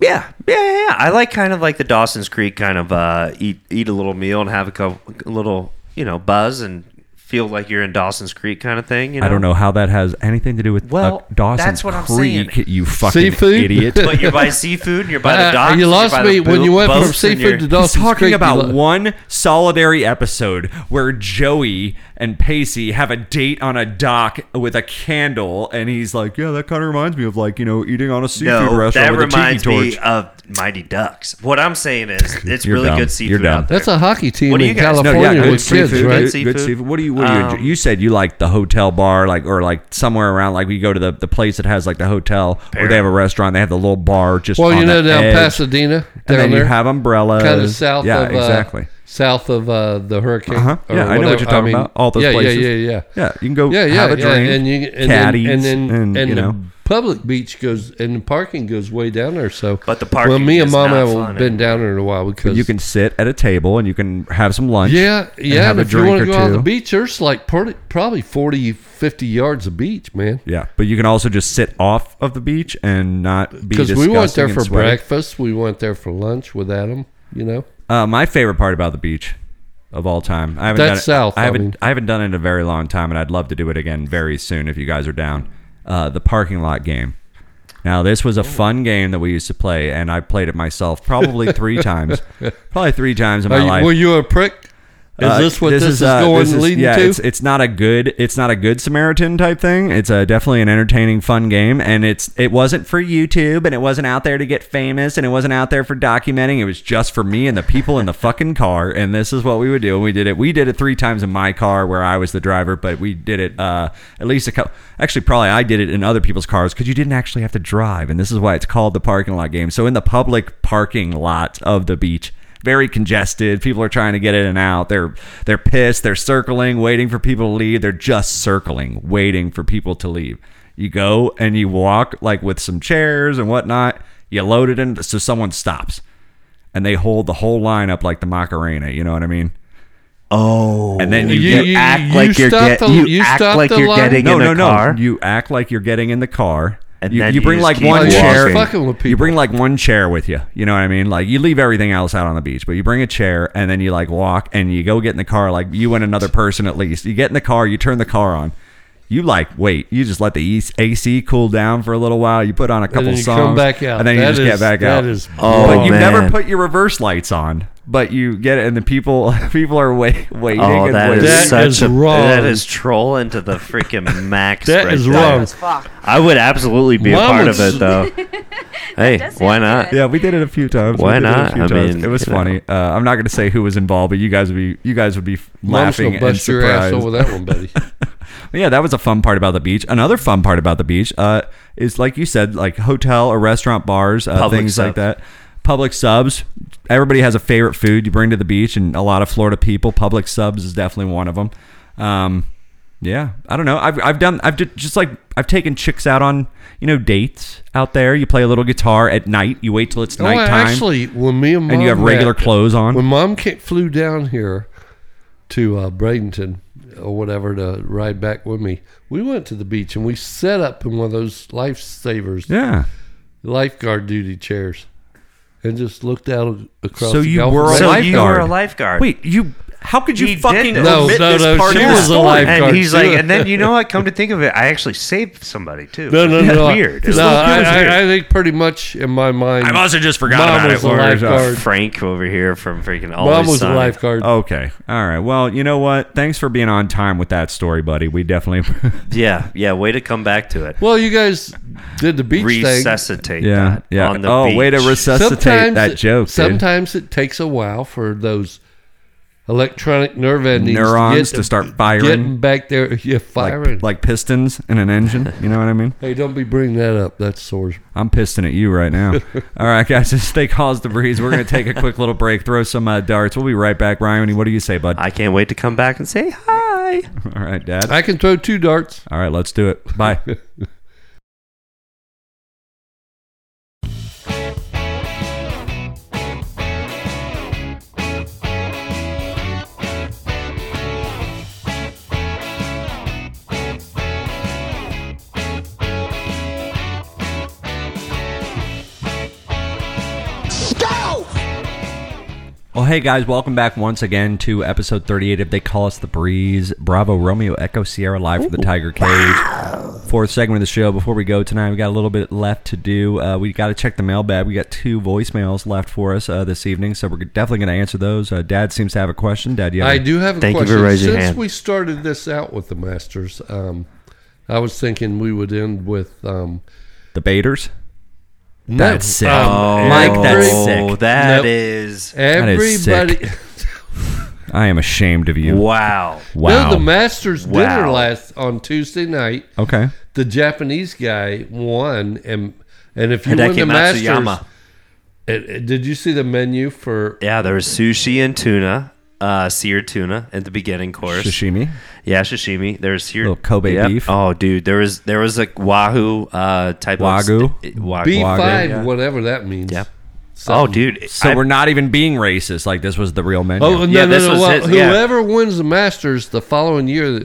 yeah, yeah, yeah, yeah. I like kind of like the Dawson's Creek kind of uh, eat eat a little meal and have a, co- a little you know buzz and feel like you're in Dawson's Creek kind of thing. You know? I don't know how that has anything to do with Well, uh, Dawson's that's what I'm Creek. saying. You fucking Seafood? idiot. But you're by seafood, and you're by the Uh, docks. you and you're lost by me the when bo- you went from boats, and seafood you're- to He's Dawson's talking Creek, you about lo- one solitary episode where Joey and Pacey have a date on a dock with a candle, and he's like, "Yeah, that kind of reminds me of like you know eating on a seafood No, restaurant that with a tiki reminds torch." me of Mighty Ducks. What I'm saying is, it's You're really dumb. good You're seafood dumb. out there. That's a hockey team What do you in guys- No, yeah, California good with kids, seafood, right? good seafood. What do you? What do you? Um, you said you like the hotel bar, like or like somewhere around, like we go to the, the place that has like the hotel, or they have a restaurant. They have the little bar just Well, on you know the down edge. Pasadena, down and then there, you have umbrellas, Kinda south yeah, of, uh, exactly. south of uh, the hurricane. Uh-huh. or Yeah, I know what whatever. you're talking mean, about. All those yeah, places. Yeah, yeah, yeah. Yeah, you can go Yeah, yeah, have a yeah, drink, and you and caddies, then, and then and, you the know. public beach goes and the parking goes way down there. So, But the parking Well, me and is mom not haven't fun been down there in a while because You can sit at a table and you can have some lunch. Yeah, and yeah. have and a if you want drink to or go out on the two. beach, there's like pretty, probably 40, 50 yards of beach, man. Yeah, but you can also just sit off of the beach and not be Because we went disgusting there and for sweaty. breakfast, we went there for lunch with Adam. You know, Uh, my favorite part about the beach of all time. I haven't That's done it, south, I I haven't mean. I haven't done it in a very long time, and I'd love to do it again very soon if you guys are down. Uh, the parking lot game. Now this Oh. was a fun game that we used to play, and I played it myself probably three times, probably three times in my Are you- life. were you a prick? Is Uh, this what this, is, uh, going this is- leading yeah, to? It's, it's not a good it's not a good Samaritan type thing. It's a definitely an entertaining, fun game, and it's it wasn't for YouTube, and it wasn't out there to get famous, and it wasn't out there for documenting. It was just for me and the people in the fucking car. And this is what we would do. And we did it. We did it three times in my car where I was the driver, but we did it uh, at least a couple. Actually, probably I did it in other people's cars because you didn't actually have to drive, and this is why it's called the parking lot game. So in the public parking lot of the beach very congested. People are trying to get in and out. They're they're pissed. They're circling, waiting for people to leave. They're just circling, waiting for people to leave. You go and you walk like with some chairs and whatnot. You load it in, so someone stops, and they hold the whole line up like the Macarena. You know what I mean? Oh, And then you, You- get, you act like you you're stopped get, the- you, you act stopped like the you're line? getting no in no a car. no. You act like you're getting in the car. And you, then you you bring just like keep one Like, you're chair. walking. fucking with people. You bring like one chair with you. You know what I mean? Like you leave everything else out on the beach, but you bring a chair and then you like walk and you go get in the car. Like you and another person at least. You get in the car. You turn the car on. You like wait. You just let the E- AC cool down for a little while. You put on a couple then you songs, come back out. and then you That just is- get back that out. is- Oh, But you never man. put your reverse lights on. But you get it, and the people people are wait, waiting. Oh, and that waiting. is That such is a wrong. that is trolling to the freaking max. That right is there. wrong. Fuck. I would absolutely be Mom a part was- of it though. hey, does why sound not? good. Yeah, we did it a few times. We Why did it a not? few I times. mean, it was you know. funny. Uh, I'm not going to say who was involved, but you guys would be you guys would be f- Mom's laughing gonna and bust your ass surprised. over that one, buddy. But yeah, that was a fun part about the beach. Another fun part about the beach uh, is, like you said, like hotel or restaurant bars, uh, Public things like subs. that. Public subs. Everybody has a favorite food you bring to the beach, and a lot of Florida people. Public subs is definitely one of them. Um, yeah, I don't know. I've I've done I've ju- just like I've taken chicks out on you know dates out there. You play a little guitar at night. You wait till it's No, Oh, I nighttime. actually, when me and mom and you have regular met- clothes on. When mom came, flew down here to uh, Bradenton or whatever to ride back with me, we went to the beach and we set up in one of those lifesavers, yeah. lifeguard duty chairs, and just looked out across. So the you Gulf were a Lake. So lifeguard. you were a lifeguard. Wait, you. How could you He did fucking this. No, omit no, this no, part she of was the a story? lifeguard. And he's She like, was- and then you know what? Come to think of it, I actually saved somebody too. No, no, It's no. Weird. No, It's I, I, I think pretty much in my mind, I must have just forgot Mom about was it. a Laura's- lifeguard. uh, Frank over here from freaking Always mom was a Sunny. lifeguard. Okay. All right. Well, you know what? Thanks for being on time with that story, buddy. We definitely. Yeah, yeah. Way to come back to it. Well, you guys did the beach thing. Resuscitate. yeah. That Yeah. On the oh, beach. way to resuscitate that joke. dude. Sometimes it takes a while for those electronic nerve endings Neurons to, get- to start firing. Getting back there, yeah, firing. Like, like pistons in an engine. You know what I mean? hey, don't be bringing that up. That's sore. I'm pissing at you right now. All right, guys. This they calls the breeze. We're gonna take a quick little break. Throw some uh, darts. We'll be right back. Ryan, what do you say, bud? I can't wait to come back and say hi. All right, Dad. I can throw two darts. All right, let's do it. Bye. Well, hey guys, welcome back once again to episode 38 of They Call Us the Breeze. Bravo, Romeo, Echo, Sierra, live from the Tiger Cage. Fourth segment of the show. Before we go tonight, we got a little bit left to do. Uh, we got to check the mailbag. We got two voicemails left for us uh, this evening, so we're definitely going to answer those. Uh, Dad seems to have a question. Dad, you have I any- do have a Thank you for question. raising your Since hand. we started this out with the Masters, um, I was thinking we would end with. Um, the Baiters. no, That's sick. um, Mike, Oh, that's every- sick. That Nope. is is sick. Everybody. I am ashamed of you. wow. Wow. No, the Masters dinner Wow. last on Tuesday night. okay. the Japanese guy won, and and if you Hideki win the Masters, Matsuyama. it- it- did you see the menu for? Yeah, there was sushi and tuna uh, seared tuna at the beginning course. Sashimi. Yeah, sashimi. There's seared Little Kobe beef. Oh, dude, there was there was like wahoo uh, type Wagyu? of st- wagyu. B five, yeah. whatever that means. Yep. Oh, Something. dude. So I- we're not even being racist. Like this was the real menu. Oh no, Yeah, no, this no, was well, his- yeah. Whoever wins the Masters the following year,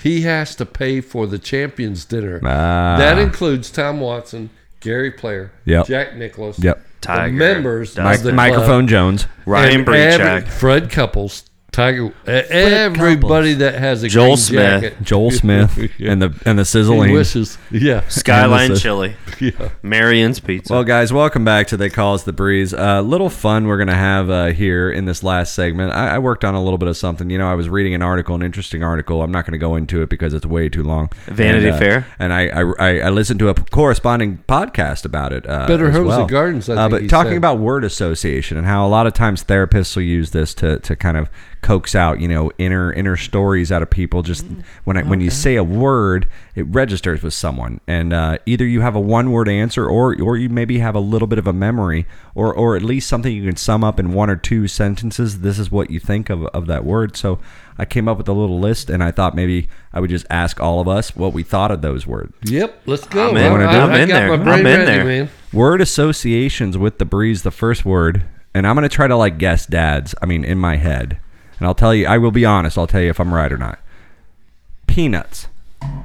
he has to pay for the champions dinner. Ah. That includes Tom Watson, Gary Player, Yep. Jack Nicholas, Yep. the Tiger, members, Dustin. of the club, Microphone Jones. Ryan and every- Brechak. Fred Couples, Tiger, e- everybody that has a Joel green Smith. jacket, Joel Smith and the and the he sizzling. wishes, yeah, Skyline Endless. Chili, yeah. Marion's Pizza. Well, guys, welcome back to They Call Us the Breeze. A little fun we're going to have uh, here in this last segment. I, I worked on a little bit of something. You know, I was reading an article, an interesting article. I'm not going to go into it because it's way too long. Vanity And, uh, Fair? And I, I, I- I listened to a corresponding podcast about it. Uh, Better as Homes well. and Gardens, I uh, think but he talking said. about word association and how a lot of times therapists will use this to, to kind of coax out, you know, inner inner stories out of people. Just when I, when you say a word, it registers with someone, and uh, either you have a one word answer, or or you maybe have a little bit of a memory, or or at least something you can sum up in one or two sentences. This is what you think of of that word. So. I came up with a little list, and I thought maybe I would just ask all of us what we thought of those words. Yep, let's go. I'm in. I- I- I'm I in got there. my brain I'm in ready, there. man. Word associations with the breeze, the first word, and I'm gonna try to like guess dad's. I mean, in my head, and I'll tell you. I will be honest. I'll tell you if I'm right or not. Peanuts.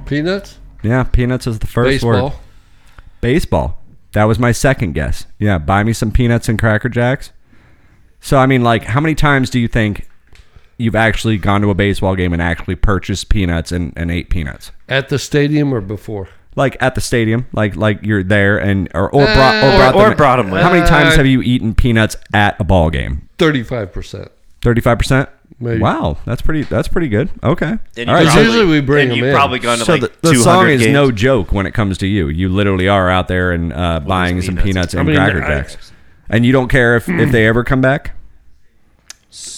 Peanuts, Yeah, peanuts is the first word. baseball, Baseball. That was my second guess. Yeah, buy me some peanuts and cracker jacks. So I mean, like, how many times do you think you've actually gone to a baseball game and actually purchased peanuts and, and ate peanuts? at the stadium or before. Like at the stadium, like like you're there and or or brought Uh, or brought or them- brought 'em with. How many times Uh, have you eaten peanuts at a ball game? 35%. Thirty-five percent. Maybe. Wow, that's pretty. That's pretty good. Okay. And All you right. Because probably- usually we bring and 'em you've in. probably gone to So like the, the 200 song is games. no joke when it comes to you. You literally are out there and uh, buying does some peanuts peanuts? and I mean, Cracker I- Jacks, and you don't care if, if they ever come back.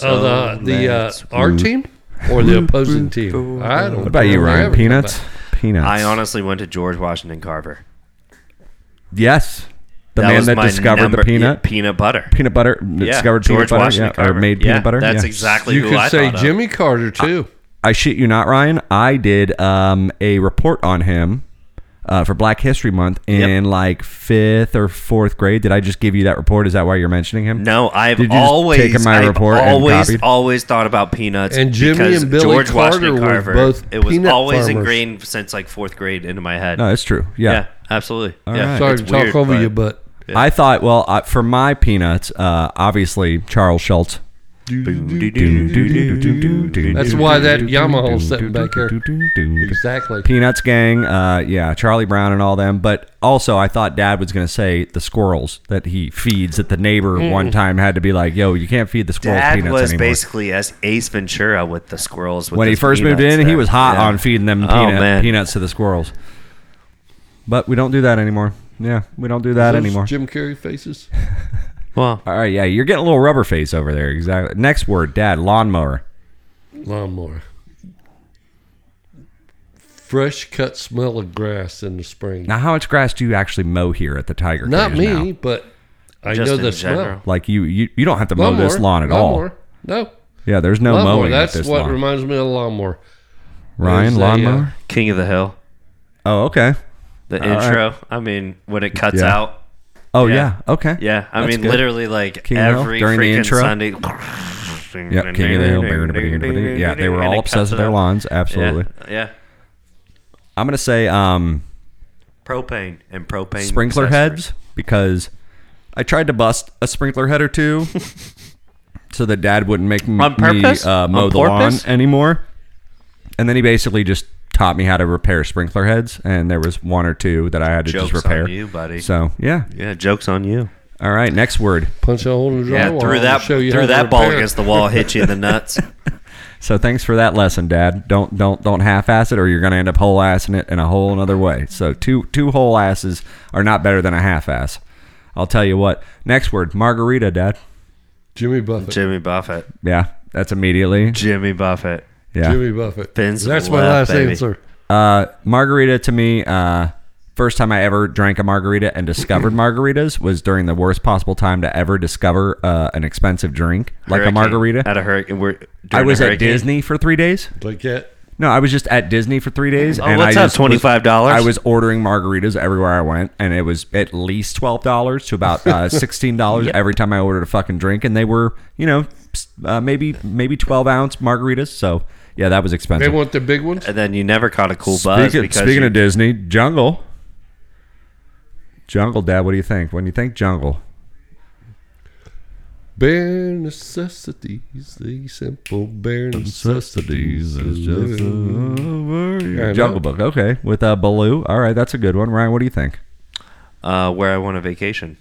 Oh, the, the uh, Let's- our team or the opposing team? I don't. What about you, Ryan? Peanuts. Peanuts. I honestly went to George Washington Carver. Yes, the That man was that my discovered number- the peanut. yeah, peanut butter. peanut butter. discovered George peanut butter. Washington Yeah, or Carver. made Yeah, peanut butter. That's yeah. exactly You who could I say thought of. Jimmy Carter too. I shit you not, Ryan. I did um, a report on him uh, for Black History Month in Yep. like fifth or fourth grade. Did I just give you that report? Is that why you're mentioning him? No, I've Did you just always taken my I've report and always copied? always thought about peanuts And Jimmy because and Billy George Carter Washington were Carver. both it was peanut always farmers. ingrained since like fourth grade into my head. No, it's true. yeah. Yeah. absolutely. All yeah, right. Sorry it's to talk weird, over but- you, but I thought, well, uh, for my peanuts, uh, obviously Charles Schultz. that's That's why that Yamaha's sitting back there. Exactly. Peanuts Gang, uh, yeah, Charlie Brown and all them. But also, I thought Dad was going to say the squirrels that he feeds. That the neighbor one time had to be like, "Yo, you can't feed the squirrels Mm. Dad peanuts was anymore." basically as Ace Ventura with the squirrels. With when he his first moved peanuts in, he there. was hot Yeah. on feeding them Oh, peanut, man. peanuts to the squirrels. But we don't do that anymore. Yeah, we don't do that Those anymore. Jim Carrey faces. Well, all right, yeah, you're getting a little rubber face over there. Exactly. Next word, Dad, lawnmower. Lawnmower. Fresh cut smell of grass in the spring. Now, how much grass do you actually mow here at the Tiger? Not Cage me, now? but I Just know in the general. smell. Like you, you, you don't have to mow this lawn at lawnmower. No. all. Yeah, there's no Lawnmower. mowing That's at this what lawn. reminds me of lawnmower. Ryan, is a, lawnmower. King of the Hill. Oh, okay. The right. intro. I mean, when it cuts Yeah. out. Oh, yeah. Yeah. Okay. Yeah, I That's mean, good. literally like King of the Hill every during the freaking intro? Sunday. Yeah, King of the Hill. Yeah, they were And all it obsessed cuts with their up. lawns. Absolutely. Yeah, yeah. I'm gonna say um, propane and propane sprinkler accessories. heads because I tried to bust a sprinkler head or two, so that Dad wouldn't make m- On purpose? me uh, mow On the lawn purpose? anymore. And then he basically just taught me how to repair sprinkler heads, and there was one or two that I had to Jokes just repair. on you, buddy. So yeah. yeah, jokes on you. All right, next word. Punch a hole in the Yeah, drywall. threw and that show you how threw to that ball repair it. against the wall, hit you in the nuts. So thanks for that lesson, Dad. Don't don't don't half-ass it, or you're going to end up whole-assing it in a whole another way. So two two whole asses are not better than a half-ass. I'll tell you what. Next word, margarita, Dad. Jimmy Buffett. Jimmy Buffett. Yeah, that's immediately. Jimmy Buffett. Yeah, Jimmy Buffett. Fins That's my left, last baby. answer. uh, margarita to me. Uh, First time I ever drank a margarita and discovered margaritas was during the worst possible time to ever discover uh, an expensive drink like Hurricane. a margarita. At a hurricane. We're, I during a was at hurricane. Disney for three days. Like that. No, I was just at Disney for three days. Oh, what's I up, just was- $25? I was ordering margaritas everywhere I went, and it was at least twelve dollars to about uh, sixteen dollars every time I ordered a fucking drink, and they were, you know, s- uh, maybe maybe twelve ounce margaritas. So yeah, that was They expensive. want the big ones. And then you never caught a cool buzz. Speaking, because speaking you- of Disney, Jungle, Jungle Dad, what do you think? When you think Jungle, Bare necessities, the simple bare necessities. Is just uh, I Jungle know. Book, okay, with uh, Baloo. All right, that's a good one. Ryan, what do you think? uh, where I went on vacation,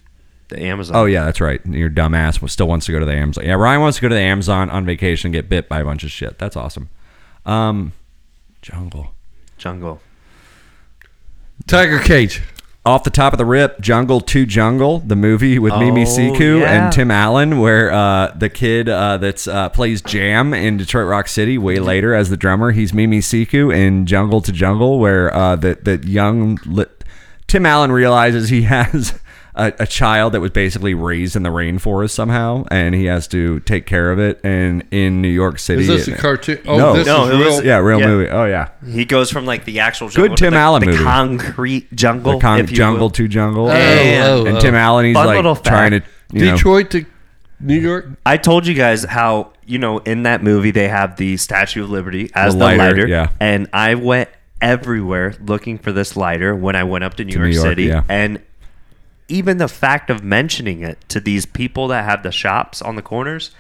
the Amazon. Oh yeah, that's right. Your dumb ass still wants to go to the Amazon. Yeah, Ryan wants to go to the Amazon on vacation and get bit by a bunch of shit. That's awesome. Um, jungle. jungle. Tiger Cage. Off the top of the rip, Jungle to Jungle, the movie with Mimi Oh, Siku yeah. and Tim Allen, where uh, the kid uh, that's uh, plays Jam in Detroit Rock City way Mm-hmm. later as the drummer, he's Mimi Siku in Jungle to Jungle, where uh, that that young li- Tim Allen realizes he has a, a child that was basically raised in the rainforest somehow, and he has to take care of it. And in New York City, Is this a it- cartoon? Oh, No. this No, is it real. was- yeah, real Yeah. movie. Oh yeah, He goes from like the actual jungle Good to Tim the, Allen the movie. concrete jungle, the con- if you Jungle will. to Jungle, Yeah. Oh, oh, and oh. Tim Allen, he's Fun little like fact. trying to. You know, Detroit to New York. I told you guys how you know in that movie they have the Statue of Liberty as The the lighter, lighter, yeah. and I went everywhere looking for this lighter when I went up to New, York, New York, City, yeah. and even the fact of mentioning it to these people that have the shops on the corners,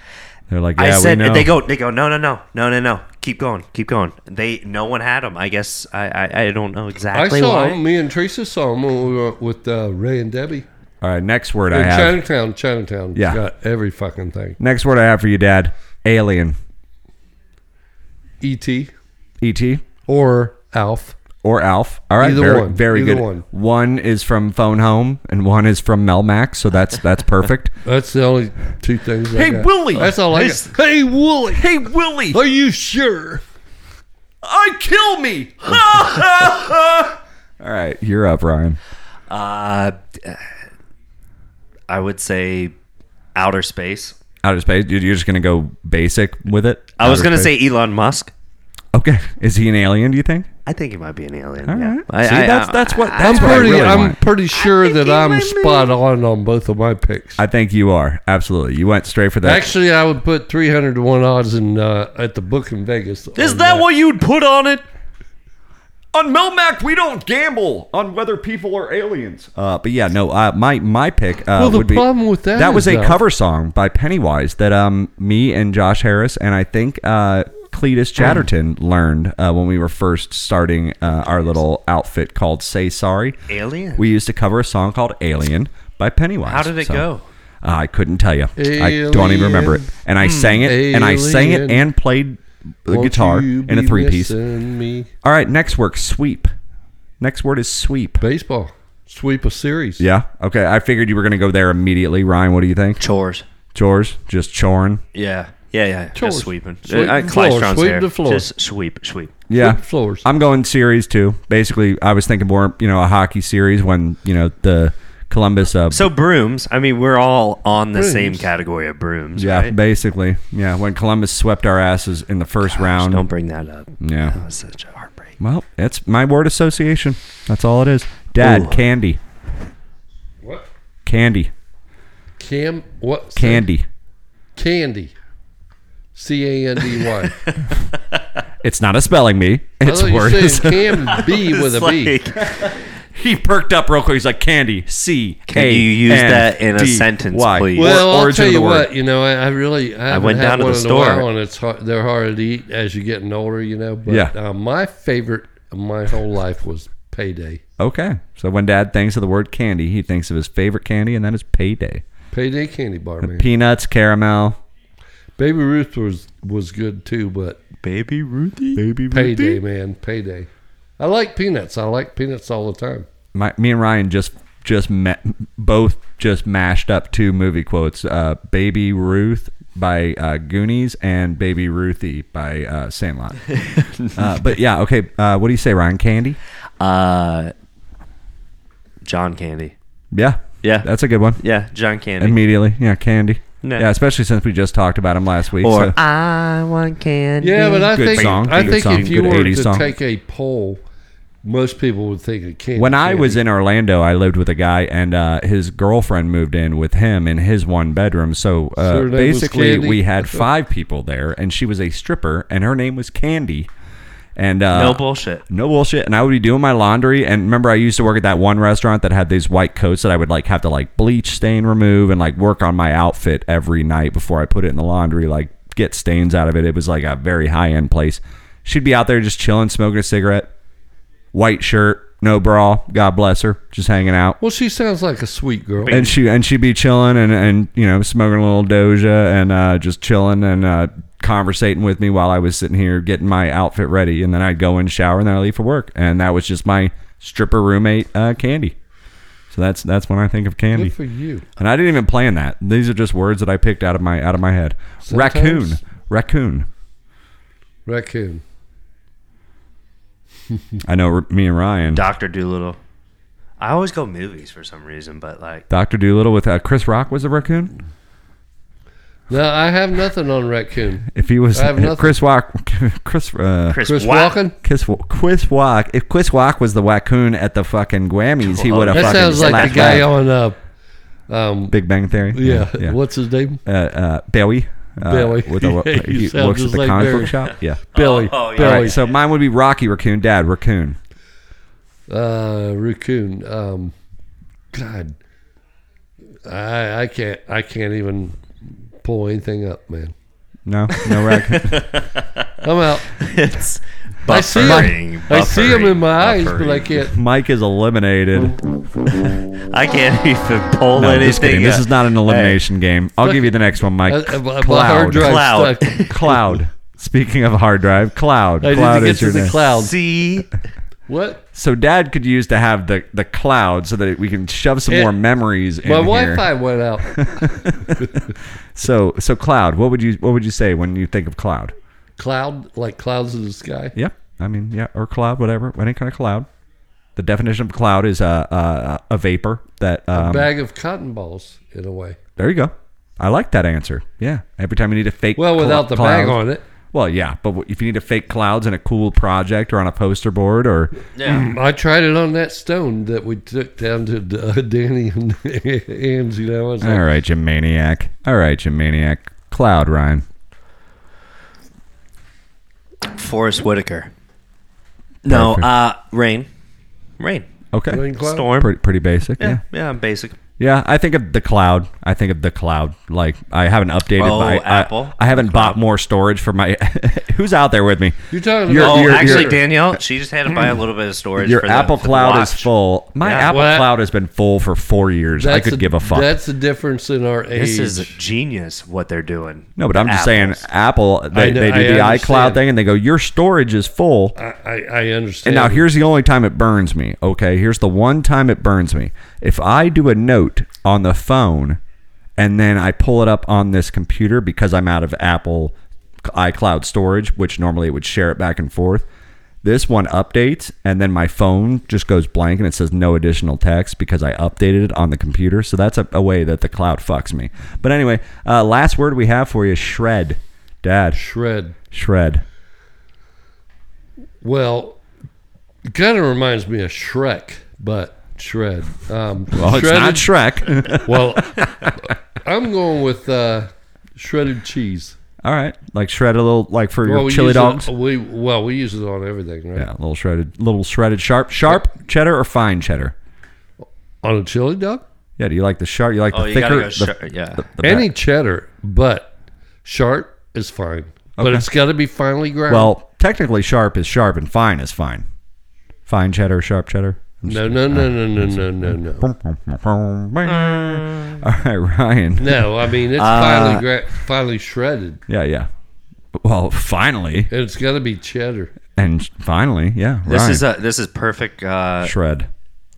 They're like, I yeah, said we know. they go, they go, no, no, no, no, no, no, keep going, keep going. They no one had them. I guess I I, I don't know I exactly saw why. him. Me and Teresa saw him when we were with uh, Ray and Debbie All right, next word I in have. Chinatown. Chinatown. Yeah. got every fucking thing. Next word I have for you, Dad. Alien. E.T. E.T. or E Alf. or Alf. All right, Either very, one. very Either good. one. is from Phone Home and one is from Melmac, so that's that's perfect. That's the only two things. I Hey, got. Willie! That's all I This- got. Hey Willie, hey Willie, are you sure? I kill me. All right, you're up, Ryan. Uh, I would say outer space. Outer space. you- You're just gonna go basic with it. I was Outer gonna space. say Elon Musk. Okay, is he an alien? Do you think? I think he might be an alien. All yeah. right. I, See, I- that's I- that's what I- that's I'm what I pretty. really I'm want. pretty sure that he I'm might be- spot on on both of my picks. I think you are absolutely. You went straight for that. Actually, I would put 300 to one odds in uh, at the book in Vegas. Is on that what you'd put on it? On Melmac, we don't gamble on whether people are aliens. Uh, but yeah, no, uh, my my pick. Uh, Well, the would be, problem with that that is, was a though- cover song by Pennywise that um me and Josh Harris and I think uh, Mm. Cletus Chatterton learned uh, when we were first starting uh, our little outfit called Say Sorry. Alien? We used to cover a song called Alien by Pennywise. How did it So- go? Uh, I couldn't tell you. I don't even remember it. Alien. Hmm. And I sang it, and I sang it Alien. and played the Won't guitar you in a be three piece. missing Me. All right, next word, sweep. Next word is sweep. Baseball sweep a series. Yeah. Okay. I figured you were going to go there immediately. Ryan, what do you think? Chores. Chores, just choring. Yeah. Yeah, yeah. Chores. Just sweeping. Sweep Uh, the Clyde floor, Strong's sweep there. the floor. Just sweep, sweep. Yeah. Sweep floors. I'm going series too. Basically, I was thinking more, you know, a hockey series when, you know, the Columbus. Uh, So brooms. I mean, we're all on the Brooms. same category of brooms. yeah, right? basically. Yeah. When Columbus swept our asses in the first round. Don't bring that up. Yeah. That was such a heartbreak. Well, that's my word association. That's all it is. Dad, Ooh. candy. What? Candy. Cam? What? Candy. Candy. C A N D Y. It's not a spelling bee. I It's thought you word were association. Oh, saying Cam B with a It's B. like, He perked up real quick. He's like, "Candy, C, Can A, you use N, that in a D, sentence, Y." please? Or- Well, I'll origin tell of the you word. what. You know, I, I really I, haven't went had down to one the in store. A while and it's hard, they're hard to eat as you getting older. You know, but Yeah. uh, my favorite of my whole life was payday. Okay. So when Dad thinks of the word candy, he thinks of his favorite candy, and that is payday. Payday candy bar, man. Peanuts, caramel. Baby Ruth was was good too, but Baby Ruthie? Baby payday, man, payday. I like peanuts. I like peanuts all the time. My, me and Ryan just just met, both just mashed up two movie quotes: uh, "Baby Ruth" by uh, Goonies and "Baby Ruthie" by uh, Sandlot. uh, but yeah, okay. Uh, what do you say, Ryan? Candy? Uh, John Candy. Yeah. Yeah. That's a good one. yeah, John Candy. Immediately. Yeah, candy. No. Yeah, especially since we just talked about him last week. Or- so- I want candy. Yeah, but I Good think song, I good think song, if you good were 80s to song. take a poll, most people would think of candy. when I Candy. was in Orlando, I lived with a guy, and uh, his girlfriend moved in with him in his one bedroom. So So her uh, name was basically, Candy? we had five people there, and she was a stripper, and her name was Candy. And uh, No bullshit. no bullshit. And I would be doing my laundry. And remember, I used to work at that one restaurant that had these white coats that I would like have to like bleach, stain, remove, and like work on my outfit every night before I put it in the laundry, like get stains out of it. It was like a very high end place. She'd be out there just chilling, smoking a cigarette, white shirt, no bra. God bless her, just hanging out. well, she sounds like a sweet girl. And she and she'd be chilling and and you know smoking a little Doja and uh, just chilling and uh, conversating with me while I was sitting here getting my outfit ready, and then I'd go in shower and then I leave for work, and that was just my stripper roommate uh, Candy. So that's that's when I think of Candy, Good for you. and I didn't even plan that. These are just words that I picked out of my out of my head. Sometimes- Raccoon, raccoon. Raccoon. I know me and Ryan. Doctor Doolittle. I always go movies for some reason, but like Doctor Doolittle with uh, Chris Rock was a raccoon. No, I have nothing on raccoon. If he was I have nothing. Chris Rock, Chris uh, Chris, Chris Wack- Walken. Chris, Chris Walk. If Chris Walk was the waccoon at the fucking Grammys, he would have That fucking sounds like slapped the guy back. on uh, um, Big Bang Theory. yeah, yeah. What's his name? Uh, uh, Billy. Uh, Billy. With the, Yeah, you he sound works at just the like comic Barry. book shop. Yeah. Billy. oh, yeah. All Billy. right. So mine would be Rocky Raccoon. Dad Raccoon. uh, raccoon. Um, God, I I can't I can't even pull anything up, man. No, no raccoon. I'm out. it's buffering, I see him. I see him in my eyes, but I buffering. can't. Mike is eliminated. I can't even pull No, anything. just kidding. This uh, up. is not an elimination game. I'll give you the next one, Mike. I, I, my Uh, Cloud. hard drive Cloud. stuck. Cloud. Speaking of hard drive, Cloud. I cloud need to get is your to the name. cloud. See, What? So Dad could use to have the the cloud so that we can shove some It- more memories in My here. Wi-Fi went out. So so cloud. What would you what would you say when you think of cloud? Cloud, like clouds in the sky. Yep. I mean yeah, or cloud, whatever, any kind of cloud. The definition of cloud is a a, a vapor that. Um, Bag of cotton balls, in a way. there you go. I like that answer. Yeah. Every time you need a fake. Well, cl- without the bag cloud- on it. Well, yeah, but if you need to fake clouds in a cool project or on a poster board or I tried it on that stone that we took down to uh, Danny and Anne's. You know, I was like, all right, you maniac. All right, you maniac. Cloud, Ryan. Forrest Whitaker. No, Perfect. uh, rain, rain, Okay. Rain cloud? storm. Pretty, pretty basic. Uh, yeah, yeah. yeah, I'm basic. Yeah, I think of the cloud. I think of the cloud. Like I haven't updated Oh, my I- Apple. I, haven't bought more storage for my. who's out there with me? You're talking Your- about Oh, your- actually, your- Danielle, she just had to buy a little bit of storage. Your for the- Apple for the Cloud is watch. full. My Yeah. Apple Well, Cloud has been full for four years. I that's could give a fuck. That's the difference in our age. This is genius what they're doing. No, but I'm just saying, Apples. Apple. They, know- they do I the iCloud understand. thing, and they go, "Your storage is full." I, I, I And understand. now here's the only time it burns me. Okay, here's the one time it burns me. If I do a note on the phone and then I pull it up on this computer because I'm out of Apple iCloud storage, which normally it would share it back and forth. This one updates and then my phone just goes blank and it says no additional text because I updated it on the computer. So that's a, a way that the cloud fucks me. But anyway, uh, last word we have for you shred. Dad, shred. shred. Well, it kind of reminds me of Shrek, but shred. Um, Well, Oh, it's not Shrek. well, I'm going with uh, shredded cheese. All right, like shred a little, like for Well, your we chili use it- dogs. we well, we use it on everything, right? yeah, a little shredded, little shredded sharp, sharp cheddar or fine cheddar. On a chili dog, Yeah, do you like the sharp? You like Oh, the you thicker? gotta go. the- Sure. Yeah, the any back- cheddar, but sharp is fine. But Okay. it's got to be finely ground. Well, technically, sharp is sharp and fine is fine. Fine cheddar, sharp cheddar. no, no, no, no, no, no, no, no. All right, Ryan. No, I mean it's Uh, finely gra- finely shredded, Yeah, yeah. Well, finally and it's got to be cheddar. and finally, yeah. this Ryan. is a this is perfect. Uh, shred.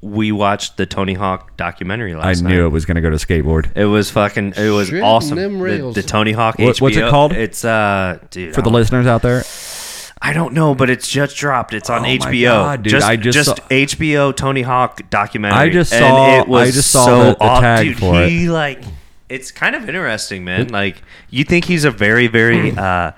we watched the Tony Hawk documentary I last night. knew it was going to go to skateboard. It was fucking. It was Shredding awesome. them The, rails. the Tony Hawk. What- what's it HBO called? It's uh, dude. For the I don't- listeners out there, I don't know, but it's just dropped. It's on Oh my HBO. God, dude. Just, I just saw- HBO Tony Hawk documentary. I just And saw- it was I just saw so the- the aw- tag dude, for he, like, it's kind of interesting, man. Like, you think he's a very, Hmm. very, uh,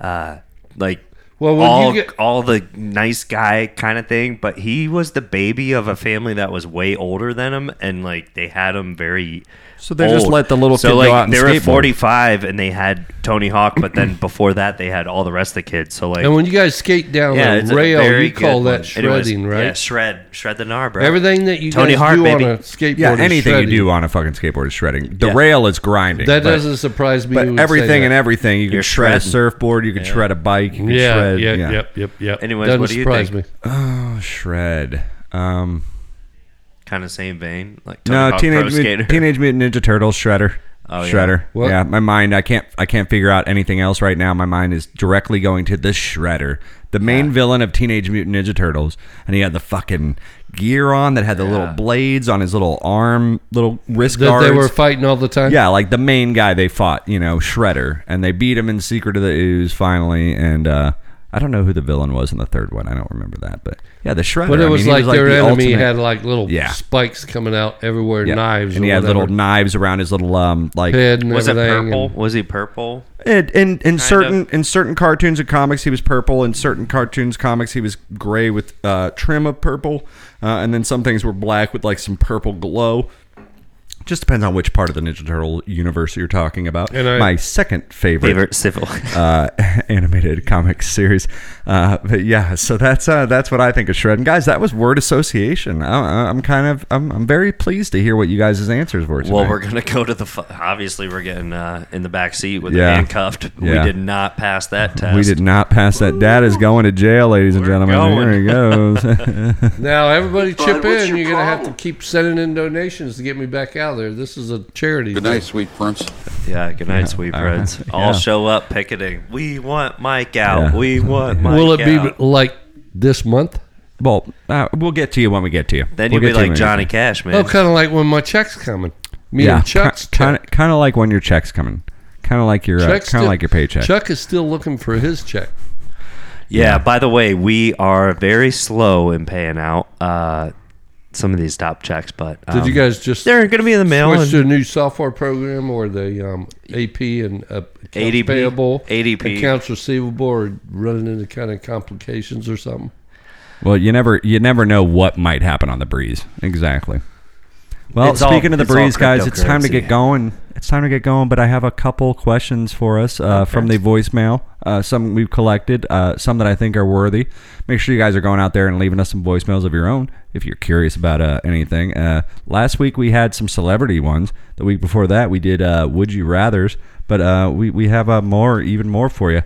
uh, like, Well, when all, you get- all the nice guy kind of thing, but he was the baby of a family that was way older than him, and like they had him very. So they just old. let the little so kid go like, out and they were skateboard. 45 and they had Tony Hawk, but then before that they had all the rest of the kids. So like, And when you guys skate down it's a a rail, very you call good that one. Anyways, shredding, right? Yeah, shred, shred the gnar, bro. Everything that you Tony guys Hart, do baby. on a skateboard, Yeah, is anything shredding. you do on a fucking skateboard is shredding. The Yeah. rail is grinding. That but- doesn't surprise me. But you would say everything that. and everything, you can You're shred a shredding. surfboard, you can shred a bike, you can Yeah, shred. yeah, yeah. yep, yep, yep. Anyways, doesn't what do you surprise think? me. Oh, shred. Um, kind of same vein, like Tony no, Hawk Pro teenage Skater. Mut- teenage mutant ninja turtles shredder. Oh, yeah. shredder. What? Yeah, my mind. I can't. I can't figure out anything else right now. My mind is directly going to the shredder, the main villain of Teenage Mutant Ninja Turtles, and he had the fucking gear on that had the little blades on his little arm, little wrist That guards. they were fighting all the time. Yeah, like the main guy they fought, you know, Shredder, and they beat him in Secret of the Ooze finally. And uh, I don't know who the villain was in the third one. I don't remember that, but yeah, the Shredder. But I it mean, was he like their the enemy ultimate- had like little Yeah. spikes coming out everywhere, yeah. knives, and he or had little whatever, knives around his little um like head and was it everything. purple? and- Was he purple? in in, in certain in certain cartoons and comics he was purple. In certain cartoons comics he was gray with uh, trim of purple, uh, and then some things were black with like some purple glow. Just depends on which part of the Ninja Turtle universe you're talking about. And I- My second Favorite civil. uh, animated comic series. Uh, but yeah, so that's uh, that's what I think of shred. And guys, that was word association. I, I- I'm kind of I'm, I'm very pleased to hear what you guys' answers were. Tonight. well, we're gonna go to the. Fu- obviously, we're getting uh, in the back seat with Yeah. handcuffed. Yeah. We did not pass that test. we did not pass that. Dad is going to jail, ladies and We're gentlemen. There he goes. Now everybody chip what's in. your You're gonna have to problem? keep sending in donations to get me back out of there. This is a charity. Good night, sweet prince. Yeah. Good night, sweet all friends. right. All Yeah. show up picketing. We want Mike out. Yeah. We want Mike. Will it be out. like this month? well, uh, we'll get to you when we get to you. Then We'll you'll get to be you like when we get Johnny to you. Cash, man. Oh, kind of like when my check's coming. Me Yeah, and Chuck's kind check. of kind of like when your check's coming. Kind of like your uh, Chuck's kind still- of like your paycheck. Chuck is still looking for his check. Yeah, by the way, we are very slow in paying out uh, some of these top checks, but um, Did you guys just They're going to be in the mail. switch to a and- new software program or the um, AP and uh, accounts ADP? payable, ADP. accounts receivable, or running into kind of complications or something? Well, you never you never know what might happen on the breeze. Exactly. Well, It's all- speaking of the it's all breeze, guys, it's time to get cryptocurrency. going. It's time to get going. But I have a couple questions for us uh, from the voicemail. Uh, some we've collected, uh, some that I think are worthy. Make sure you guys are going out there and leaving us some voicemails of your own if you're curious about uh, anything. Uh, last week we had some celebrity ones. The week before that we did uh, would you rather's. But uh, we we have uh, more, even more for you.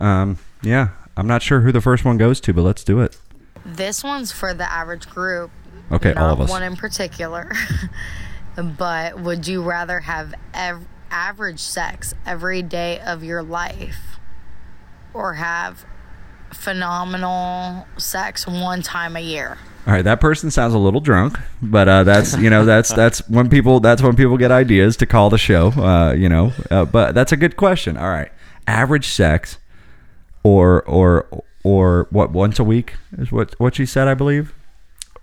Um, yeah, I'm not sure who the first one goes to, but let's do it. This one's for the average group. Okay, all of not us. One in particular. but would you rather have ev- average sex every day of your life or have phenomenal sex one time a year? All right, that person sounds a little drunk, but uh, that's you know that's that's when people that's when people get ideas to call the show. Uh, you know, uh, but that's a good question. All right, average sex, or or or what once a week is what what she said, I believe,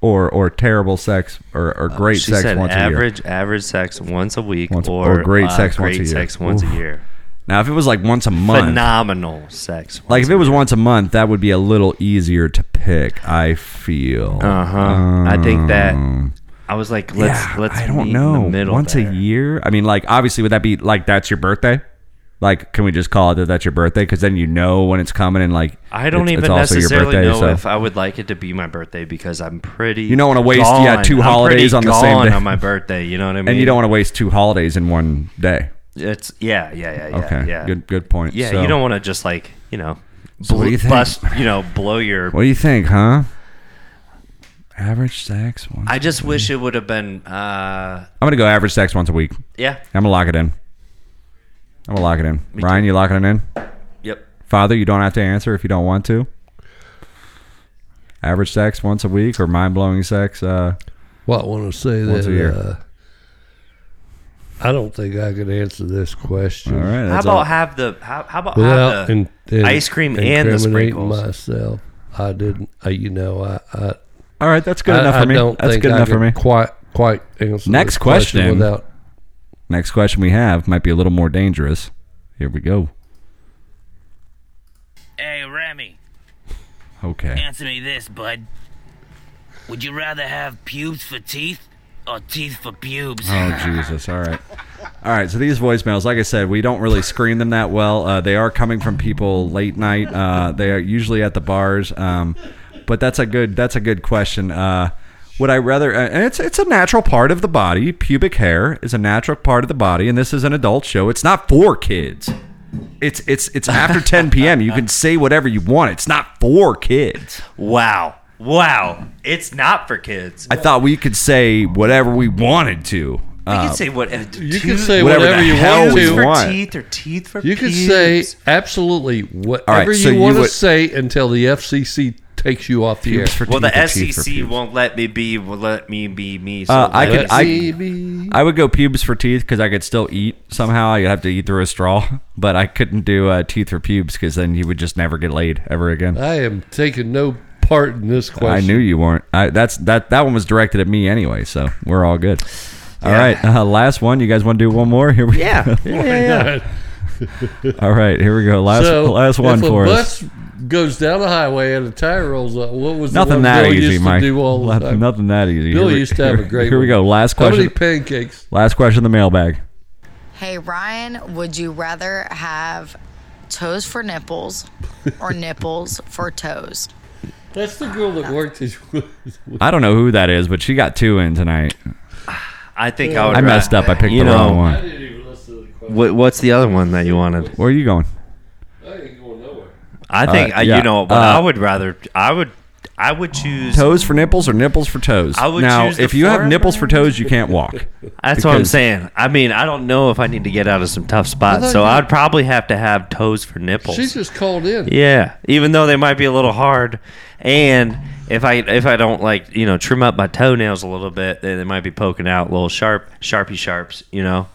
or or terrible sex or, or great Uh, she sex said once a year. average average sex once a week Once- or, or great uh, sex once great a year. sex once a Oof. year. Now, if it was like once a month, Phenomenal sex. like if it was once a month, that would be a little easier to pick. I feel. uh huh. I think that I was like, let's Yeah, let's. I don't meet know. In the middle Once there. a year. I mean, like obviously, would that be like that's your birthday? Like, can we just call it that that's your birthday? Because then you know when it's coming, and like I don't it's- even it's also your necessarily birthday, know so- if I would like it to be my birthday because I'm pretty. You don't wanna waste, yeah, two holidays on the same gone day. on my birthday. You know what I mean? and you don't want to waste two holidays in one day. It's yeah, yeah, yeah, yeah. Okay, yeah. good, good point. Yeah, So- you don't want to just like you know, So what do bl- you think? bust you know, blow your. What do you think, huh? Average sex once. I just wish it would have been. uh I'm gonna go average sex once a week. I'm Yeah. gonna lock it in. I'm gonna lock it in. Ryan, you locking it in? Yep. Father, you don't have to answer if you don't want to. Average sex once a week or mind blowing sex? Uh, Well, I want to say Once that a year. uh, I don't think I could answer this question all right. How that's about all. have the how, how about without have the in, didn't uh, Ice cream and the incriminate sprinkles. Myself, I didn't. I, you know, I, I All right, that's good I, enough I for me. don't That's think good I enough for could me. Quite, quite. Answer Next this question, question. without Next question we have might be a little more dangerous. Here we go. Hey, Remy, Okay. answer me this, bud. Would you rather have pubes for teeth or teeth for pubes? Oh Jesus! All right, all right. So these voicemails, like I said, we don't really screen them that well. Uh, they are coming from people late night. Uh, they are usually at the bars. Um, but that's a good that's a good question. Uh, would I rather? uh, And it's it's a natural part of the body. Pubic hair is a natural part of the body, and this is an adult show. It's not for kids. It's it's it's after 10 p.m. You can say whatever you want. It's not for kids. Wow. Wow. It's not for kids. I thought we could say whatever we wanted to. You Uh, can say what You can say whatever whatever, the you hell want we to. for want. teeth or teeth for You can pubes. say absolutely whatever so you you want to would- say until the FCC takes you off the air. for Well, teeth or the E teeth for SEC pubes. won't let me be. Will let me be me. So Uh, I let could- us- I- Maybe. I would go pubes for teeth because I could still eat somehow. I'd have to eat through a straw, but I couldn't do uh, teeth for pubes because then you would just never get laid ever again. I am taking no part in this question. I knew you weren't. I, that's that. That one was directed at me anyway, so we're all good. All right, uh, last one. You guys want to do one more? Here we yeah. go. all right, here we go. Last so last one if a for us. bus goes down the highway and a tire rolls up, what was the Nothing one that Bill easy, used Mike. to do all the time? Nothing that easy. Bill Here we- used to have a great. Here we go. one. Last How question. many pancakes? Last question. in The mailbag. Hey, Ryan, would you rather have toes for nipples or nipples for toes? That's the girl that worked his. I don't know who that is, but she got two in tonight. I think I would. I messed up. I picked You the wrong know- one. didn't even listen to the question. What, what's the other one that you wanted? Where are you going? I ain't going nowhere. I think right, I, yeah. you know. But Uh, I would rather. I would. I would choose. Toes for nipples or nipples for toes? I would now, choose the if you have former. nipples for toes, you can't walk. That's what I'm because- saying. I mean, I don't know if I need to get out of some tough thought spots, so you- I'd probably have to have toes for nipples. She just called in. Yeah, even though they might be a little hard, and if I if I don't like you know trim up my toenails a little bit, they, they might be poking out little sharp sharpie sharps, you know,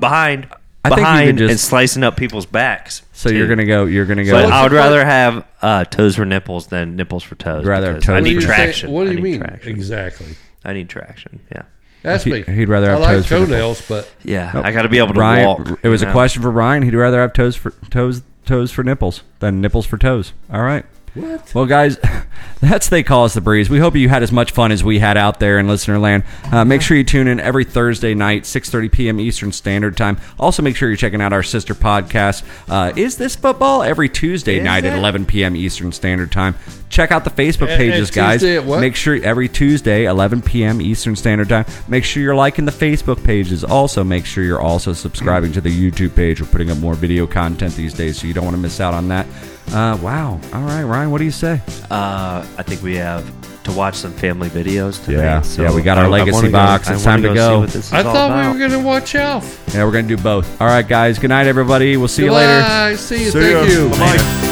behind I think you could behind just- and slicing up people's backs. so you're gonna go. You're gonna go. But what's I would the point? rather have uh, toes for nipples than nipples for toes. Rather have because toes I What do need you for- say- traction. what I do you need mean Traction. exactly? I need traction. Yeah, Ask He- me. he'd rather have I like toes for the- toenails, but yeah. I got to be able to Ryan, walk. it was you a know? question for Ryan. He'd rather have toes for toes toes for nipples than nipples for toes. All right. What? Well, guys, that's they call us the breeze. We hope you had as much fun as we had out there in listener land. Uh, make sure you tune in every Thursday night, six thirty p.m. Eastern Standard Time. Also, make sure you're checking out our sister podcast. Uh, Is this football every Tuesday night at eleven p.m. Eastern Standard Time? Check out the Facebook And- and pages, guys. Tuesday at what? Make sure every Tuesday, 11 p.m. Eastern Standard Time. Make sure you're liking the Facebook pages. Also, make sure you're also subscribing to the YouTube page. We're putting up more video content these days, so you don't want to miss out on that. Uh, wow. All right, Ryan, what do you say? Uh, I think we have to watch some family videos tonight. Yeah. so Yeah, we got I- our I legacy wanna go- box. I It's wanna time to see go. what this is I all thought about. we were going to watch Alf. Yeah, we're going to do both. All right, guys. Good night, everybody. We'll see you later. Goodbye. See you. Thank you. Later.